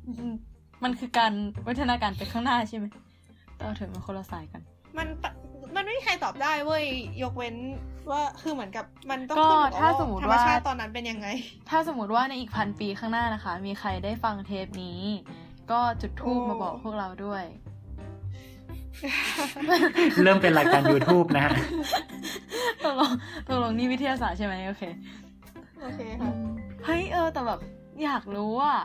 A: อืมมันคือการวัฒนาการไปข้างหน้าใช่ไหมแต่เราเถอะมันคนละสายกัน
C: มันปะมันไม่มีใครตอบได้เว้ยยกเว้นว่าคือเหมือนกับมันต้อง
A: ก็
C: ขึ้นอยู่กับ
A: ถ้าสมมติ
C: ธรรม
A: ว่า
C: ชาติตอนนั้นเป็นยังไง
A: ถ้าสมมติว่าในอีกพันปีข้างหน้านะคะ มีใครได้ฟังเทปนี้ ก็จุดทูบ
C: โอ้
A: มาบอกพวกเราด้วย
B: เริ่มเป็นรายการ YouTube นะฮะ
A: ตกลงตกลงนี่วิทยาศาสตร์ใช่ไหมโอเค
C: โอเคค่ะ
A: เฮ้ยเออ แต่แบบ อยากรู้อ่ะ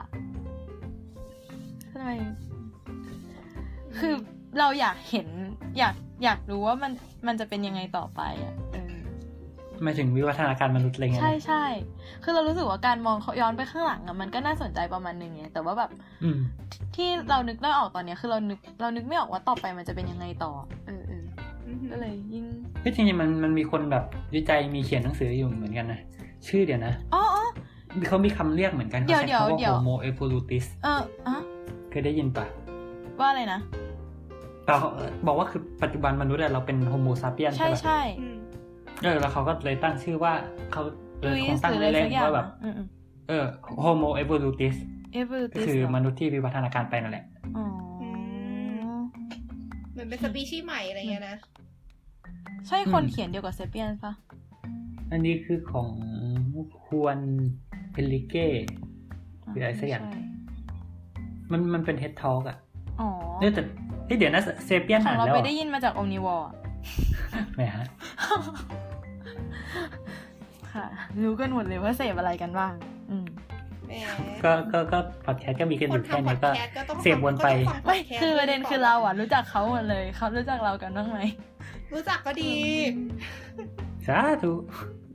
A: ทำไมคือเราอยากเห็น อยากอยากรู้ว่ามันมันจะเป็นยังไงต่อไปอ่ะเออ
B: ไม่ถึงวิวัฒนาการมนุษย์อะไรเงี้ย
A: ใช่ใช่คือเรารู้สึกว่าการมองย้อนไปข้างหลังอะมันก็น่าสนใจประมาณนึงไงแต่ว่าแบบ
B: อืม
A: ที่เรานึกได้ออกตอนเนี้ยคือเรานึกเรานึกไม่ออกว่าต่อไปมันจะเป็นยังไงต่อเออเออก็เลยยิ่ง
B: ที่จริงๆมันมันมีคนแบบวิจัยมีเขียนหนังสืออยู่เหมือนกันนะ ชื่อเดี๋ยวนะ
A: อ๋ออ๋อ
B: เขามีคำเรียกเหมือนกัน
A: เดี๋ยว
B: ขาใช้คำ
A: เดี๋ยว
B: ว่า homo evolutis
A: เอออะ
B: เคยได้ยินปะ
A: ว่าอะไรนะ
B: เราเอ่อบอกว่าคือปัจจุบันมนุษย์อะเราเป็น homo sapiens
A: ใช่
B: ปะ
A: ใช่
B: เออแล้วเขาก็เลยตั้งชื่อว่าเขาเล
A: ลุ
B: ย
A: ย
B: คง
A: ส์
B: ตั้
A: ห
B: ง
A: รืออะไร
B: เล่
A: สักอ
B: นๆ
A: ย่าง
B: ว่าแบบ
A: อะอืม
B: เออ homo evolutis
A: เอเวอร์
B: ก็
A: ติส
B: คือมนุษย์ที่วิวัฒนาการไปนั่นแหละ
A: อ๋ออ
C: ม เหมือนเป็นสปีชีส์ใหม่อะไรเงี้ยนะ
A: ใช่คน
B: อืม
A: เขียนเดียวกับเซเปียนปะ
B: อันนี้คือของควนเพลิเก้ คืออะไรสักอย่าง
A: ใช่
B: มันมันเป็น TED Talk อะ
A: อ๋อ
B: เนื่องแต่เฮ้ยเดี๋ยวนะเซเปียน
A: ขอ
B: อ่าง น
A: เรา
B: แล้ว
A: ไป
B: อะ
A: ได้ยินมาจากโอนิวอร์
B: ไหนฮะ
A: ค่ะ รู้กันหมดเลยว่าเสพอะไรกันบ้าง อืม
C: แหม
B: ก็ก็ก็พอดแคสต์ก็มีกันอ
C: คน
B: ยู่แค่
C: ทำพอ
B: นี้
C: ด
B: ก็
C: แคสต์ก็ต้อง
B: เสพวนไป
C: ก็ต้องฟัง
A: ไม่
C: พดแสต์
A: คือประเด็นคือเราอ่ะ รู้จักเขาหมดเลยเขารู้จักเรากันบ้างไหม
C: รู้จักก็ดี
B: สาธุ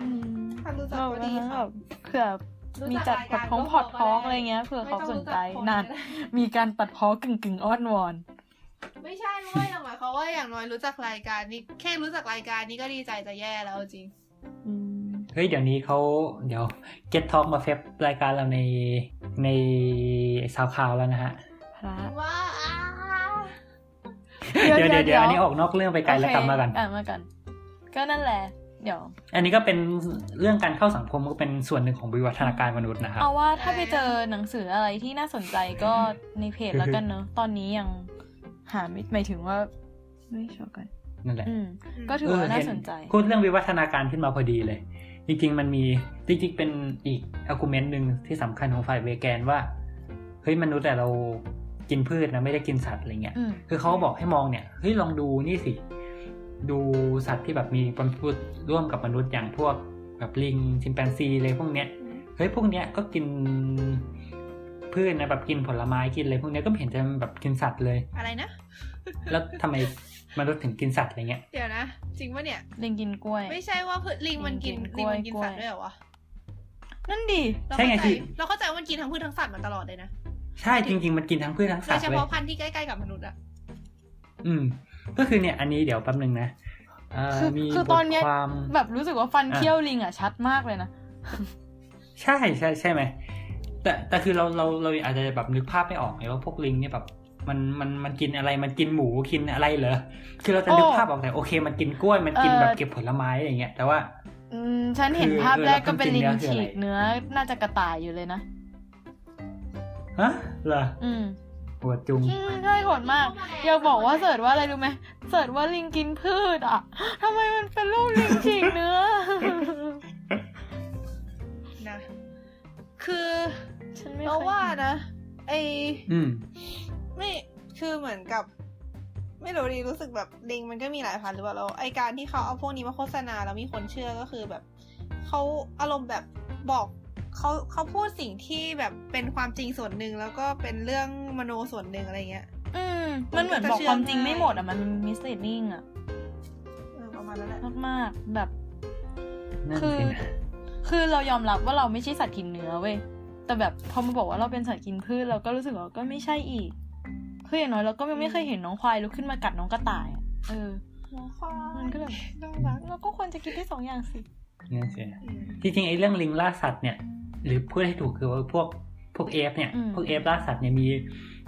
A: อืม
C: ถ้ารู้จัก
A: เรา
C: ก็
A: แบ
C: ดีค่ะ
A: บเผื่อมีจัดพอดท้องพอดท้องอะไรเงี้ยเผื่อเขาสนใจนั่นมีการตัดพ้อกึ่งกึ่งๆอ้อนวอน
C: ไม่ใช่เว้ยหมายความว่าอย่างน้อยรู้จักรายการนี้แค่รู้จักรายการนี้ก็ดีใจจะแย่แล้วจริง
A: อืม
B: เฮ้ยเดี๋ยวนี้เขาเดี๋ยว Get Talk มาเฟบรายการเราในในซาวคลาวแล้วนะฮะ
A: พระ
C: ว่าอ้า
B: เดี๋ยวเดี๋ยวเดี๋ยวอันนี้ออกนอกเรื่องไปไกลแล้ว
A: โอเค
B: กลับมากัน
A: อ่ะมากัน ก็นั่นแหละ เดี๋ยว
B: อันนี้ก็เป็นเรื่องการเข้าสังคมก็เป็นส่วนหนึ่งของวิวัฒนาการมนุษย์นะครับ
A: เอาว่าถ้าไปเจอหนังสืออะไรที่น่าสนใจ ก็ในเพจแล้วกันเนอะตอนนี้ยังหาไม่หมายถึงว่า ไม่ชัวร์กัน
B: นั่นแหละ
A: อืม ก็ถือว่าน่าสนใจ
B: เห็พูดเรื่องวิวัฒนาการขึ้นมาพอดีเลย จริง ๆ มันมีจริงๆเป็นอีกอาร์กุเมนต์หนึ่งที่สำคัญของฝ่ายเวแกนว่า เฮ้ยมนุษย์แต่เรากินพืชนะไม่ได้กินสัตว์อะไรเงี้ย
A: อืม
B: คือเขาก็บอกให้มองเนี่ย เฮ้ย ลองดูนี่สิ ดูสัตว์ที่แบบมีความพูดร่วมกับมนุษย์อย่างพวกแบบลิงชิมแปนซีเลยพวกเนี้ย เฮ้ย พวกเนี้ยก็กินพืชนะแบบกินผลไม้กินอะไรพวกเนี้ยก็ไม่เห็นจะแบบกินสัตว์เลย
C: อะไรนะ
B: แล้วทำไมมนุษย์ถึงกินสัตว์อะไรเงี้ย
C: เดี๋ยวนะ จริงปะเนี่ย
A: ลิงกินกล้วย
C: ไม่ใช่ว่าพืชลิงมันกิน
A: ลิ
C: ลิ
A: งกิน
C: งมันกิน
A: กล้วย
C: สัตว์ด้วยเหรอวะ
A: นั่นดิ
C: เรา
B: ใช่
C: เข้า
B: ไง
C: ใจ
B: ที่
C: เราเข้าใจว่ามันกินทั้งพืชทั้งสัตว์มาตลอดเลยนะ
B: ใช่จริง ๆ มันกินทั้งพืชทั้ง
C: โด
B: สัต
C: ย
B: ว์
C: เฉ
B: เลย
C: พาะพันธุ์ที่ใกล้ๆกับมนุษย์อะ
B: อืม ก็คือเนี่ยอันนี้เดี๋ยวแป๊บนึงนะเอ่อ
A: คือ
B: มี
A: คือบ ตอ
B: ท
A: นเนี้ย
B: ความ
A: แบบรู้สึกว่าฟัน
B: อ่ะ
A: เขี้ยวลิงอ่ะชัดมากเลยนะ
B: ใช่ใช่ใช่ไหมแต่แต่คือเราเราเราอาจจะแบบนึกภาพไม่ออกไงว่าพวกลิงเนี่ยแบบมันมันมันกินอะไรมันกินหมูกินอะไรเหรอคือเราจะนึกภาพออกแต่โอเค มันกินกล้วยมันกินแบบเก็บผลไม้อะไรอย่างเงี้ยแต่ว่า
A: อืมฉันเห็น
B: คือ
A: ภาพแรกก็เป็นลิง
B: แล้วจริงๆ
A: ฉีก
B: แล้วคืออะไร
A: เนื้อน่าจะกระต่ายอยู่เลยนะ
B: ฮะเหรอ
A: อืม
B: หัวจุง
A: อืมใช่โหดมาก อยากบอกว่าเสิร์ชว่าอะไรรู้ไหมเสิร์ชว่าลิงกินพืชอ่ะทำไมมันเป็นรูปลิงฉีกเนื้อ
C: นะ คือ
A: ฉันไม่
C: เรา
A: เคย
C: ว่านะไอ
B: อืม
C: ไม่คือเหมือนกับ ไม่รู้ดีรู้สึกแบบลิงมันก็มีหลายพันธุ์หรือเปล่าแล้วไอการที่เขาเอาพวกนี้มาโฆษณาแล้วมีคนเชื่อก็คือแบบเขาอารมณ์แบบบอกเขาเขาพูดสิ่งที่แบบเป็นความจริงส่วนหนึ่งแล้วก็เป็นเรื่องมโนส่วนหนึ่งอะไรเงี้ย
A: อืมมันเหมือนบอกความจริงไม่หมดอ่ะมันมิสเลดดิ้งอ่ะ
C: เออประมาณนั้นแหละ
A: มากๆแบบ
B: นั่น
A: คือ
B: สินะ
A: คือเรายอมรับว่าเราไม่ใช่สัตว์กินเนื้อเว้ย แต่แบบพอมาบอกว่าเราเป็นสัตว์กินพืชเราก็รู้สึกว่าก็ไม่ใช่อีก คืออย่างน้อยเราก็ยังไม่เคยเห็นน้องควายลุกขึ้นมากัดน้องกระต่ายอะเออ
C: น้องควา
A: มั
C: ย
A: นก็แบบ
C: น่ารัก
A: เราก็ควรจะคิดได้สองอย่างสิ
B: นั่นสินะ
C: อืม
B: จริงๆไอ้เรื่องลิงล่าสัตว์เนี่ย หรือพูดให้ถูกคือว่าพวกพวกเอฟเนี่ย
A: อืม
B: พวกเอฟล่าสัตว์เนี่ยมี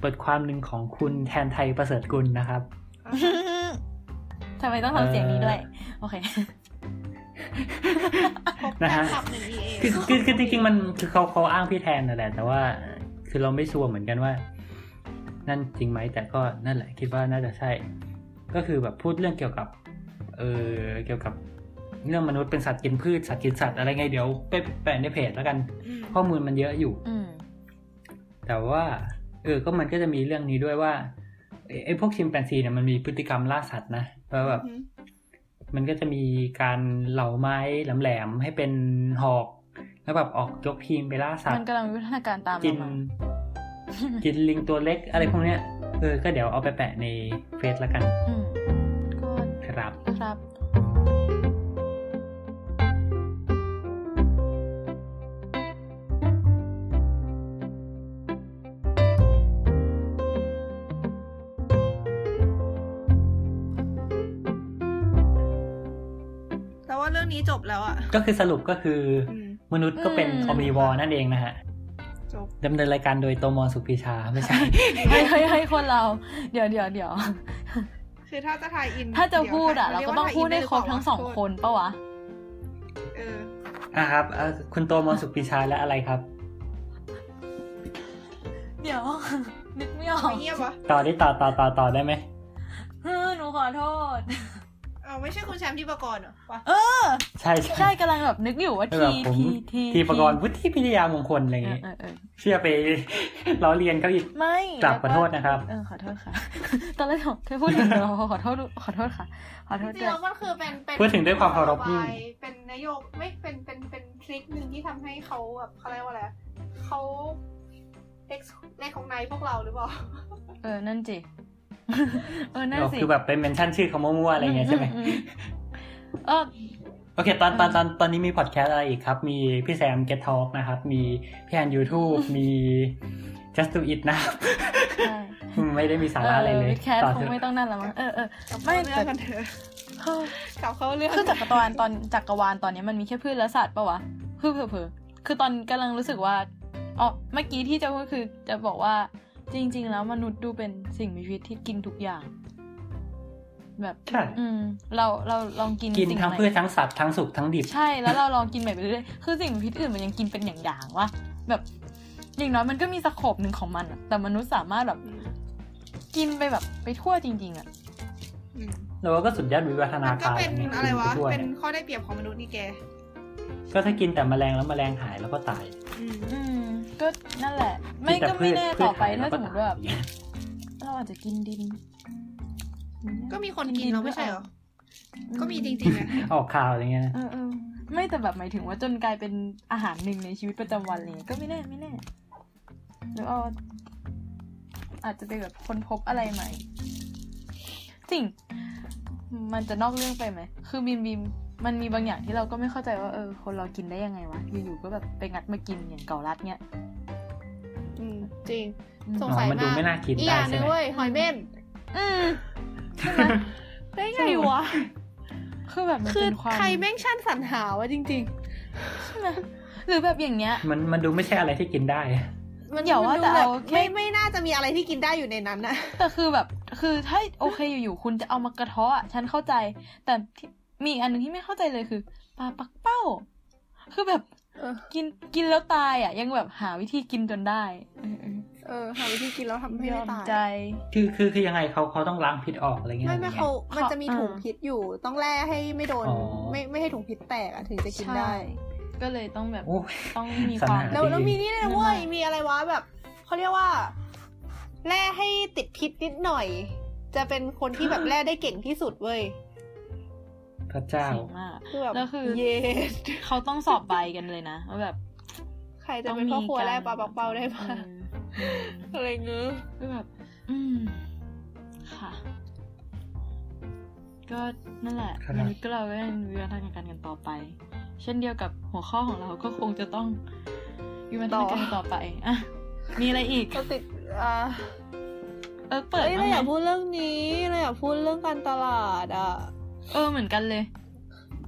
B: บทความหนึ่งของคุณแทนไทยประเสริฐกุลนะครับ
A: ทำไมต้องทำเสียงนี้ด้วย โอเค
C: พบ
B: นะ
C: แฟ
B: ฮะ
C: นคลับหนึ่งนี่เอง
B: คือคือคือจริงๆมันคือเขาเขาอ้างพี่แทนนั่นแหละ แต่ว่าคือเราไม่ชัวร์เหมือนกันว่า นั่นจริงไหมแต่ก็นั่นแหละ คิดว่าน่าจะใช่ ก็คือแบบพูดเรื่องเกี่ยวกับ เออเกี่ยวกับเรื่องมนุษย์เป็นสัตว์กินพืชสัตว์กินสัตว์อะไรไงเดี๋ยวไปแปะในเพจแล้วกัน
C: ม
B: ข้อมูลมันเยอะอยู่
A: อืม
B: แต่ว่าเออก็มันก็จะมีเรื่องนี้ด้วยว่าไอ้ไอ้พวกชิมแปนซีเนี่ยมันมีพฤติกรรมล่าสัตว์นะแล้วแบบ
C: อืม
B: มันก็จะมีการเหลาไม้แหลมๆให้เป็นหอก แล้วแบบออกยกทีมไปล่าสัต
A: มั
B: ว์
A: นกำลังวิวัฒนาการตาม
B: กิ
A: เรา
B: น
A: มา
B: กินลิงตัวเล็กอะไรพวกเนี้ยเออก็เดี๋ยวเอาไปแปะในเฟซละกัน
A: อืมก็
B: ครับ
A: ครับ
C: รื่องนี้จบแล้วอ่ะ
B: ก็คือสรุปก็คืออ
C: ม
B: มนุษย์ก็เป็น
A: อืม
B: อมนวอนั่นเองนะฮะ
C: จบ
B: ดำเนินรายการโดยโตมอนสุพิชาไม่ใช่
A: ให้ให้ให้คนเรา เดี๋ยวเดี๋ยวเดี๋ยว
C: คือถ้าจะทายอิน
A: ถ้าจะพูดอ่ะ เรา
C: ย
A: ก็
C: ว
A: ต้องพูดให้ครบ
C: เยกว่า
A: ทั้งสอง
C: ทาย
A: คนปะวะ
C: เออ
B: อ่ะครับเอ่อคุณโตมอนสุพิชาและอะไรครับ
A: เดี๋ยว นึกไม่ออ
C: เอา
A: ก
C: เงียบวะ
B: ต่อได้ต่อต่อต่อต่อได้ไหม
A: เออหนูขอโทษ
C: เอาไม่ใช่คุณแชมป์ที่ประกรณ์เหรอวะ
A: เออ
B: ใช่ใช่
A: ใช่กำลังแบบนึกอยู่ว่า
B: เออแบ
A: ที
B: บผม
A: ทีที
B: ทีประกรณ์วุฒิพิทยามงคลอะไรอ
A: เอย่าง อ
B: งี้
A: เออเออ
B: เชื่อไป ล้อเลียนเขาอีก
A: ไม่
B: กลับ
A: แล้ว
B: ขอโทษนะครับ
A: เออขอโทษค่ะ ตอนแรกบอกเธอพูดถึงเรา ขอโทษขอโทษค่ะ ขอโท
C: จ
A: ษ
C: ริ
A: ด้
C: งๆ
A: วย
C: แล้วมันคือเป็นเป็น
B: พูดถึงด้วยความเคารพนี่
C: เป็นนโยบายไม่เป็นเป็นเป็นทริคหนึ่งที่ทำให้เขาแบบเขาเรียกว่าอะไรอะเขาเล็กเล็กของนายพวกเราหรือเปล่า
A: เออ นั่นจิ เออ นั่น
B: เรา
A: สิ
B: คือแบบไปเมนชั่นชื่อเขามั่วๆอะไรอย่างเงี้ยใช่ไหม
A: อือืเออ
B: โอเค ตอนตอน
A: เออ
B: ตอนตอนนี้มีพอดแคสต์อะไรอีกครับ มีพี่แซม Get Talk นะครับ มีพี่แอน YouTube มี Just Do It นะครับ
A: ใช่
B: ไม่ได้มีสาระอะไรเลย
A: วิดแคส
B: ต่อ
A: ค
B: เถ
A: งไม่
B: อะ
A: ต้องนั่นละมั้งเออเออ
C: กลับ
A: ไม่
C: เข้าเรื่
A: แต่
C: องกันเถอะ
A: เฮ้ย
C: กลับเข้าเรื่อง
A: คือจักรวาลตอนจักรวาลตอนนี้มันมีแค่พืชและสัตว์ปะวะพืชเผลอๆคือตอนกำลังรู้สึกว่าอ๋อเมื่อกี้ที่จะพูดคือจะบอกว่าจริง ๆ แล้วมนุษย์ดูเป็นสิ่งมีชีวิตที่กินทุกอย่าง แบบ
B: ใช่
A: อืม เราเราลองกิน
B: กิน
A: สิ่
B: ทั้ง
A: ใหม่
B: พืชทั้งสัตว์ทั้งสุกทั้งดิบ
A: ใช่แล้วเราลองกินแบบไปเรื่อยๆคือสิ่งพิษอื่นมันยังกินเป็นอย่างๆวะแบบ อย่างน้อยมันก็มีสโคปหนึ่งของมันอะแต่มนุษย์สามารถแบบกินไปแบบไปทั่วจริง ๆอะ
C: อืม
B: เราก็สุดยอดวิวัฒนา
C: มันก็
B: การ
C: เป็น
B: ย
C: อะไรวะ
B: ปทั่
C: เป็น
B: ย
C: ข้อได้เปรียบของมนุษย์นี่แก
B: ก็ถ้ากินแต่แมลงแล้วแมลงหายแล้วก็ตาย
C: อืม
A: อืม ก็นั่นแหละ ไม่
B: นแต่
A: ก็ไม่แน่
B: พืช
A: ต่อไป
B: พื
A: ถ้า
B: ชหยล้
A: ส
B: ก็
A: มม
B: ย
A: ติว่าแบบเราอาจจะกินดิน
C: ก็มีคนกินเราไม่ใช่เหรอ ก็มีจริงๆนะ
B: ออกข่าวอะไรเงี้ยนะ
A: เออเออไม่แต่แบบหมายถึงว่าจนกลายเป็นอาหารหนึ่งในชีวิตประจำวันอะไรเลยก็ไม่แน่ไม่แน่หรือเอาอาจจะไปแบบค้นพบอะไรใหม่สิ่ง มันจะนอกเรื่องไปไหมคือบีมบีมมันมีบางอย่างที่เราก็ไม่เข้าใจว่าเออคนเรากินได้ยังไงวะอยู่ๆก็แบบไปงัดมากินอย่างเกาลัดเนี้ย
C: อืมจริง
A: อืม
C: ส
B: อ๋
C: ง
B: อ
C: สัย
B: มันดู
C: มาก
B: ไม่น่ากิน
C: อีกอ
B: ได้
C: ย่างห
B: ใช่
C: นึ่ง
B: ไหม
C: เว้ยหอยเม่น
A: อืมใช่ไหม
C: ได้ไงวะ
A: คือแบบมัน
C: คือ
A: เป็นความ
C: ใครแม่งชั่นสรรหาวะจริง
A: ใช่ไหม หรือแบบอย่างเงี้ย
B: มันมันดูไม่ใช่อะไรที่กินได้
C: ๆ มัน
A: อย่าว่าแต่
C: มันดูแบบ
A: เอาแค่
C: ไม่ไม่น่าจะมีอะไรที่กินได้อยู่ในนั้นนะ
A: แต่คือแบบ คือถ้าโอเคอยู่ๆคุณจะเอามากระเทาะอะฉันเข้าใจ แต่ที่มีอีกอันหนึ่งที่ไม่เข้าใจเลยคือปลาปักเป้า คือแบบ
C: เออ
A: กินกินแล้วตายอ่ะ ยังแบบหาวิธีกินจนได้เออเออ
C: เออหาวิธีกินแล้วทำ
A: ย
C: ให้ไม่
A: อม
C: ตาย
A: ใจ
B: คือคือคือยังไงเขาเขาต้องล้างพิษออกอะไรเงี้ย
C: ไม่
B: หรื
C: ไม่
B: อไง
C: เขามันจะมี
A: เขา
C: ถุงพิษอยู่ต้องแล่ให้ไม่โดน
B: อ๋อ
C: ไม่ไม่ให้ถุงพิษแตกอะถึงจะกิน
A: ใช่
C: ได้
A: ก็เลยต้องแบบ
B: โอ้
A: ต้องมีความ
B: สรรหา
C: แล้ว
B: ดี
C: แล้วมีนี่ด้วยนะเว้
A: นั่น
C: ย
A: น่ะ
C: มีอะไรวะแบบเขาเรียกว่าแร่ให้ติดพิษนิดหน่อย จะเป็นคนที่ แบบแร่ได้เก่งที่สุดเว้ย
B: พระเจ้า
A: เจ๋งมาก
C: คือแบบ
A: แล้วคือ
C: เย็ด
A: เขาต้องสอบใบกันเลยนะว่าแบบ
C: ใครจะเป็นพ่อครัวแร่ปลาปักเป้าได้ปะ
A: เออ อืม
C: อะไรเงี้ย
A: ก็แบบ อืม ค่ะ ก็นั่นแหละ
B: ครับ
A: มนุษย์ก็เราก็ยังวิวัฒนาการกันต่อไป เช่นเดียวกับหัวข้อของเราก็คงจะต้องวิวัฒนาการต่อไปอ่ะมีอะไรอีก
C: เราติดอ่า
A: เออเปิด
C: เอ้ย
A: บ้
C: เรา
A: ง
C: อยาก
A: ไหม
C: พูดเรื่องนี้เราอยากพูดเรื่องการตลาดอ่ะ
A: เออเหมือนกันเลย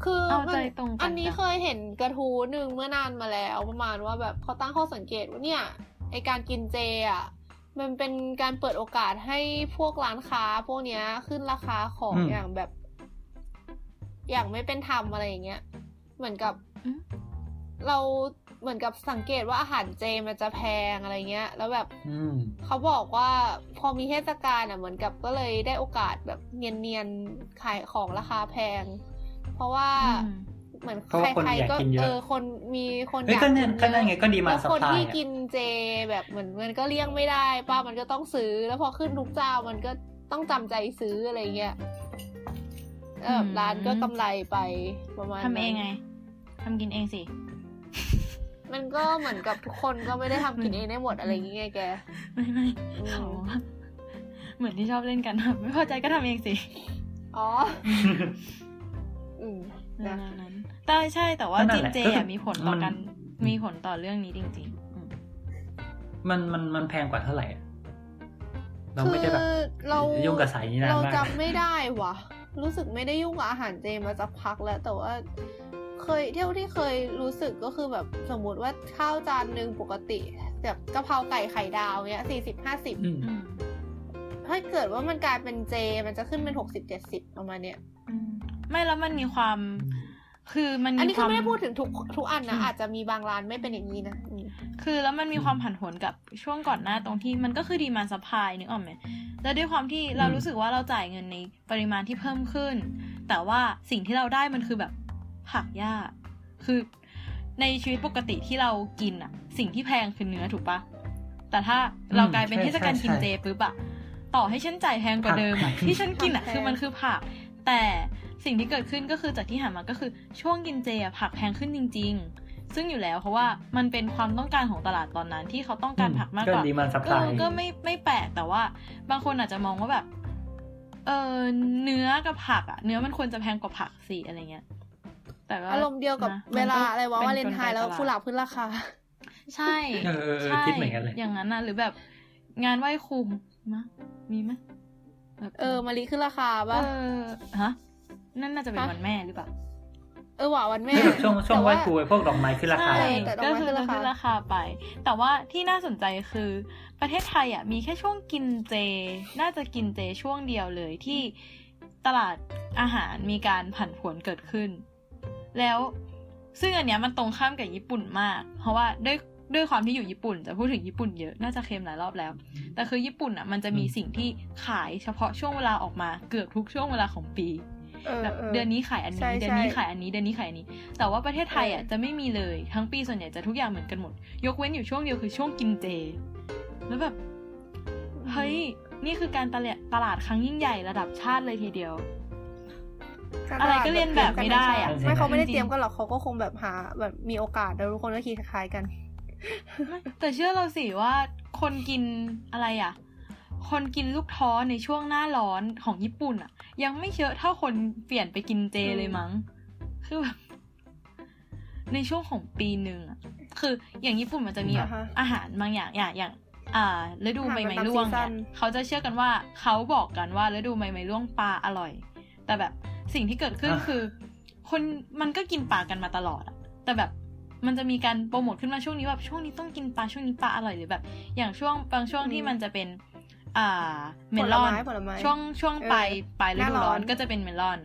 C: คือ
A: เอา
C: มั
A: ใจ
C: น
A: ตรงกัน
C: อันนี้
A: จ้ะ
C: เคยเห็นกระทู้หนึ่งเมื่อนานมาแล้ว ประมาณว่าแบบเขาตั้งข้อสังเกตว่าเนี่ยไอการกินเจอ่ะมันเป็นการเปิดโอกาสให้พวกร้านค้า พวกเนี้ยขึ้นราคาของ
B: อืม
C: อย่างแบบ อย่างไม่เป็นธรรมอะไรอย่างเงี้ยเหมือนกับ
A: อืม
C: เราเหมือนกับสังเกตว่าอาหารเจมันจะแพงอะไรเงี้ย แล้วแบบ
B: อืม
C: เขาบอกว่าพอมีเทศกาลอ่ะเหมือนกับก็เลยได้โอกาสแบบเนียนๆขายของราคาแพง เพราะว่า
A: อืม
C: เหมือน
B: เพราะว่าคน
C: ใคร
B: อยาก
C: ๆก็
B: กินเยอะ
C: เออคนมีคน
B: เฮ้ยก็เนี่ย
C: เยอะ
B: ก็นั่นไงก็ดีมา
C: แล้ว
B: สัป
C: คน
B: ดาห์
C: ที่
B: เนี่
C: กิ
B: ย
C: นเจแบบเหมือนมันก็เลี่ยงไม่ได้ ป้ามันก็ต้องซื้อ แล้วพอขึ้นทุกเจ้ามันก็ต้องจำใจซื้ออะไรเงี้ยเออ
A: อืม
C: ร้านก็กำไรไปประมาณ
A: ทำเอง
C: นั้น
A: ไงทำกินเองสิ
C: มันก็เหมือนกับทุกคนก็ไม่ได้ทำกินเองได้หมดอะไรอย่างเงี้ยแก
A: ไม่ไม่
C: อืม
A: เขาเหมือนที่ชอบเล่นกันแบบ ไม่พอใจก็ทำเองสิ
C: อ๋อ อืม
A: ประ
C: นะ
A: มาณนั้นแต่ใช่แต่ว่า
B: ก็นั่
A: จิน
B: นแหละ
A: เจ
B: ก็คือ
A: อะมีผลต่อกัน
B: มัน
A: มีผลต่อเรื่องนี้จริงๆอืม
B: มันมันมันแพงกว่าเท่าไหร่อะเรา
C: คือ
B: ไม่ได้แบบ
C: เรา
B: ยุ่งกับสายนี้นาน
C: เรา
B: มาก
C: จำไม่ได้วะ รู้สึกไม่ได้ยุ่งกับอาหารเจมาสักพักแล้ว แต่ว่าเคยเที่ยวที่เคยรู้สึกก็คือแบบสมมติว่าข้าวจานหนึ่งปกติแบบกะเพราไก่ไข่ดาวเนี้ยสี่สิบห้าสิบ
B: อืม
A: อืม
C: ถ้าเกิดว่ามันกลายเป็นเจ มันจะขึ้นเป็นหกสิบเจ็ดสิบประมาณเนี้ย
A: อืมไม่แล้วมันมีความ คือมัน
C: อันนี้ก็
A: วา
C: ไม่ได้พูดถึงทุกทุกอันนะ
A: อืม
C: อาจจะมีบางร้านไม่เป็นอย่างนี้นะอืม
A: คือแล้วมันมีความผันผวนกับช่วงก่อนหน้าตรงที่มันก็คือดีมาซัพพลายนึกออกไหมแล้วด้วยความที่เรารู้สึกว่าเราจ่ายเงินในปริมาณที่เพิ่มขึ้น แต่ว่าสิ่งที่เราได้มันคือแบบผักหญ้า คือในชีวิตปกติที่เรากินอะสิ่งที่แพงคือเนื้อถูกปะแต่ถ้าเรากลายเป็นเทศกาลกินเจปุ๊บอะต่อให้ฉันจ่ายแพงกว่าเดิมอะที่ฉันกินอะคือมันคือผัก แต่สิ่งที่เกิดขึ้นก็คือจากที่หามาก็คือช่วงกินเจอะผักแพงขึ้นจริง ๆ ซึ่งอยู่แล้วเพราะว่ามันเป็นความต้องการของตลาดตอนนั้นที่เขาต้องการผักมากกว่า
B: ดีมันสัป
A: เอ
B: ดา
A: อก็ไม่ไม่แปลกแต่ว่า บางคนอาจจะมองว่าแบบ เออเนื้อกับผักอะเนื้อมันควรจะแพงกว่าผักสิอะไรเงี้ย แต่ก็
C: อารมณ์เดียวกับ
A: นะ
C: เวลา
A: มันก็
C: อะไรวะ
A: ป็
C: วาเลนไทน์แล้ว
A: กกตาด
C: กุหลาบขึ้นราคา
A: ใช่
B: เออเออเออ
A: ใช่
B: คิดเหมือนกันเลย
A: อย่างนั้นน่ะ หรือแบบงานไหว้ครูมะมีไหมแบบ
C: เออมารีขึ้นราคา
A: เอ
C: ป่ะ
A: อฮะนั่นน่าจะเป็น
C: ฮะ
A: วันแม่หรือเปล่า
C: เออหว่าวันแม่
B: ไม่ช่วงช่วงไหว้ครู
C: แต่า
B: ไอ้พวกดอกไม้ขึ้นราคา
A: ใช่
C: แต่ต้
A: ก็
C: อง
A: คือ
C: ขึ้นราคา
A: ขึ้นราคาไป แต่ว่าที่น่าสนใจคือประเทศไทยอ่ะมีแค่ช่วงกินเจ น่าจะกินเจช่วงเดียวเลยที่ตลาดอาหารมีการผันผวนเกิดขึ้น แล้วซึ่งอันเนี้ยมันตรงข้ามกับญี่ปุ่นมาก เพราะว่าด้วยด้วยความที่อยู่ญี่ปุ่น จะพูดถึงญี่ปุ่นเยอะน่าจะเค็มหลายรอบแล้ว แต่คือญี่ปุ่นอ่ะมันจะมี
B: อืม
A: สิ่งที่ขายเฉพาะช่วงเวลาออกมาเกือบทุกช่วงเวลาของปี
C: เออ
A: แบบ
C: เออ
A: เดือนนี้ขายอันนี้
C: ใช่
A: เดือนนี้
C: ใช่
A: ขายอันนี้เดือนนี้ขายอันนี้ แต่ว่าประเทศไทยอ่ะ
C: เออ
A: จะไม่มีเลยทั้งปีส่วนใหญ่จะทุกอย่างเหมือนกันหมด ยกเว้นอยู่ช่วงเดียวคือช่วงกินเจ แล้วแบบเฮ้ยนี่คือการตลาดตลาดครั้งยิ่งใหญ่ระดับชาติเลยทีเดียว อะไรก็เรียนแบบไม่ได้อะ
C: ไม่เขาไม่ได้เตรียมกันหรอกเขาก็คงแบบหาแบบมีโอกาสแล้วทุกคนก็คิดคล้ายๆกัน
A: แต่เชื่อเราสิว่าคนกินอะไรอ่ะ คนกินลูกท้อในช่วงหน้าร้อนของญี่ปุ่นอ่ะ ยังไม่เยอะเท่าคนเปลี่ยนไปกินเจเลยมั้ง คือแบบในช่วงของปีหนึ่งอ่ะ คืออย่างญี่ปุ่นมันจะมีแบบ
C: อ่าฮะ
A: อาหารบางอย่างอย่างอย่าง อ่าฤดูใบไม้
C: อาหารตาม
A: ร่วงเนี่
C: ซีซั่
A: ย
C: น
A: เขาจะเชื่อกันว่าเขาบอกกันว่าฤดูใบไม้ร่วงปลาอร่อย แต่แบบสิ่งที่เกิดขึ้น
B: อ่ะ
A: คือ คนมันก็กินปลากันมาตลอดอะแต่แบบมันจะมีการโปรโมทขึ้นมาช่วงนี้แบบช่วงนี้ต้องกินปลาช่วงนี้ปลาอร่อยหรือแบบ อย่างช่วงบางช่วง
C: อืม
A: ที่มันจะเป็น อ่าเมลอน
C: ผลไม้ผลไม้
A: ช่วงช่วง
C: เออ
A: ปลายปลายฤดู
C: หน้าร้
A: ร้อ
C: อน น
A: ก็จะเป็นเมลอน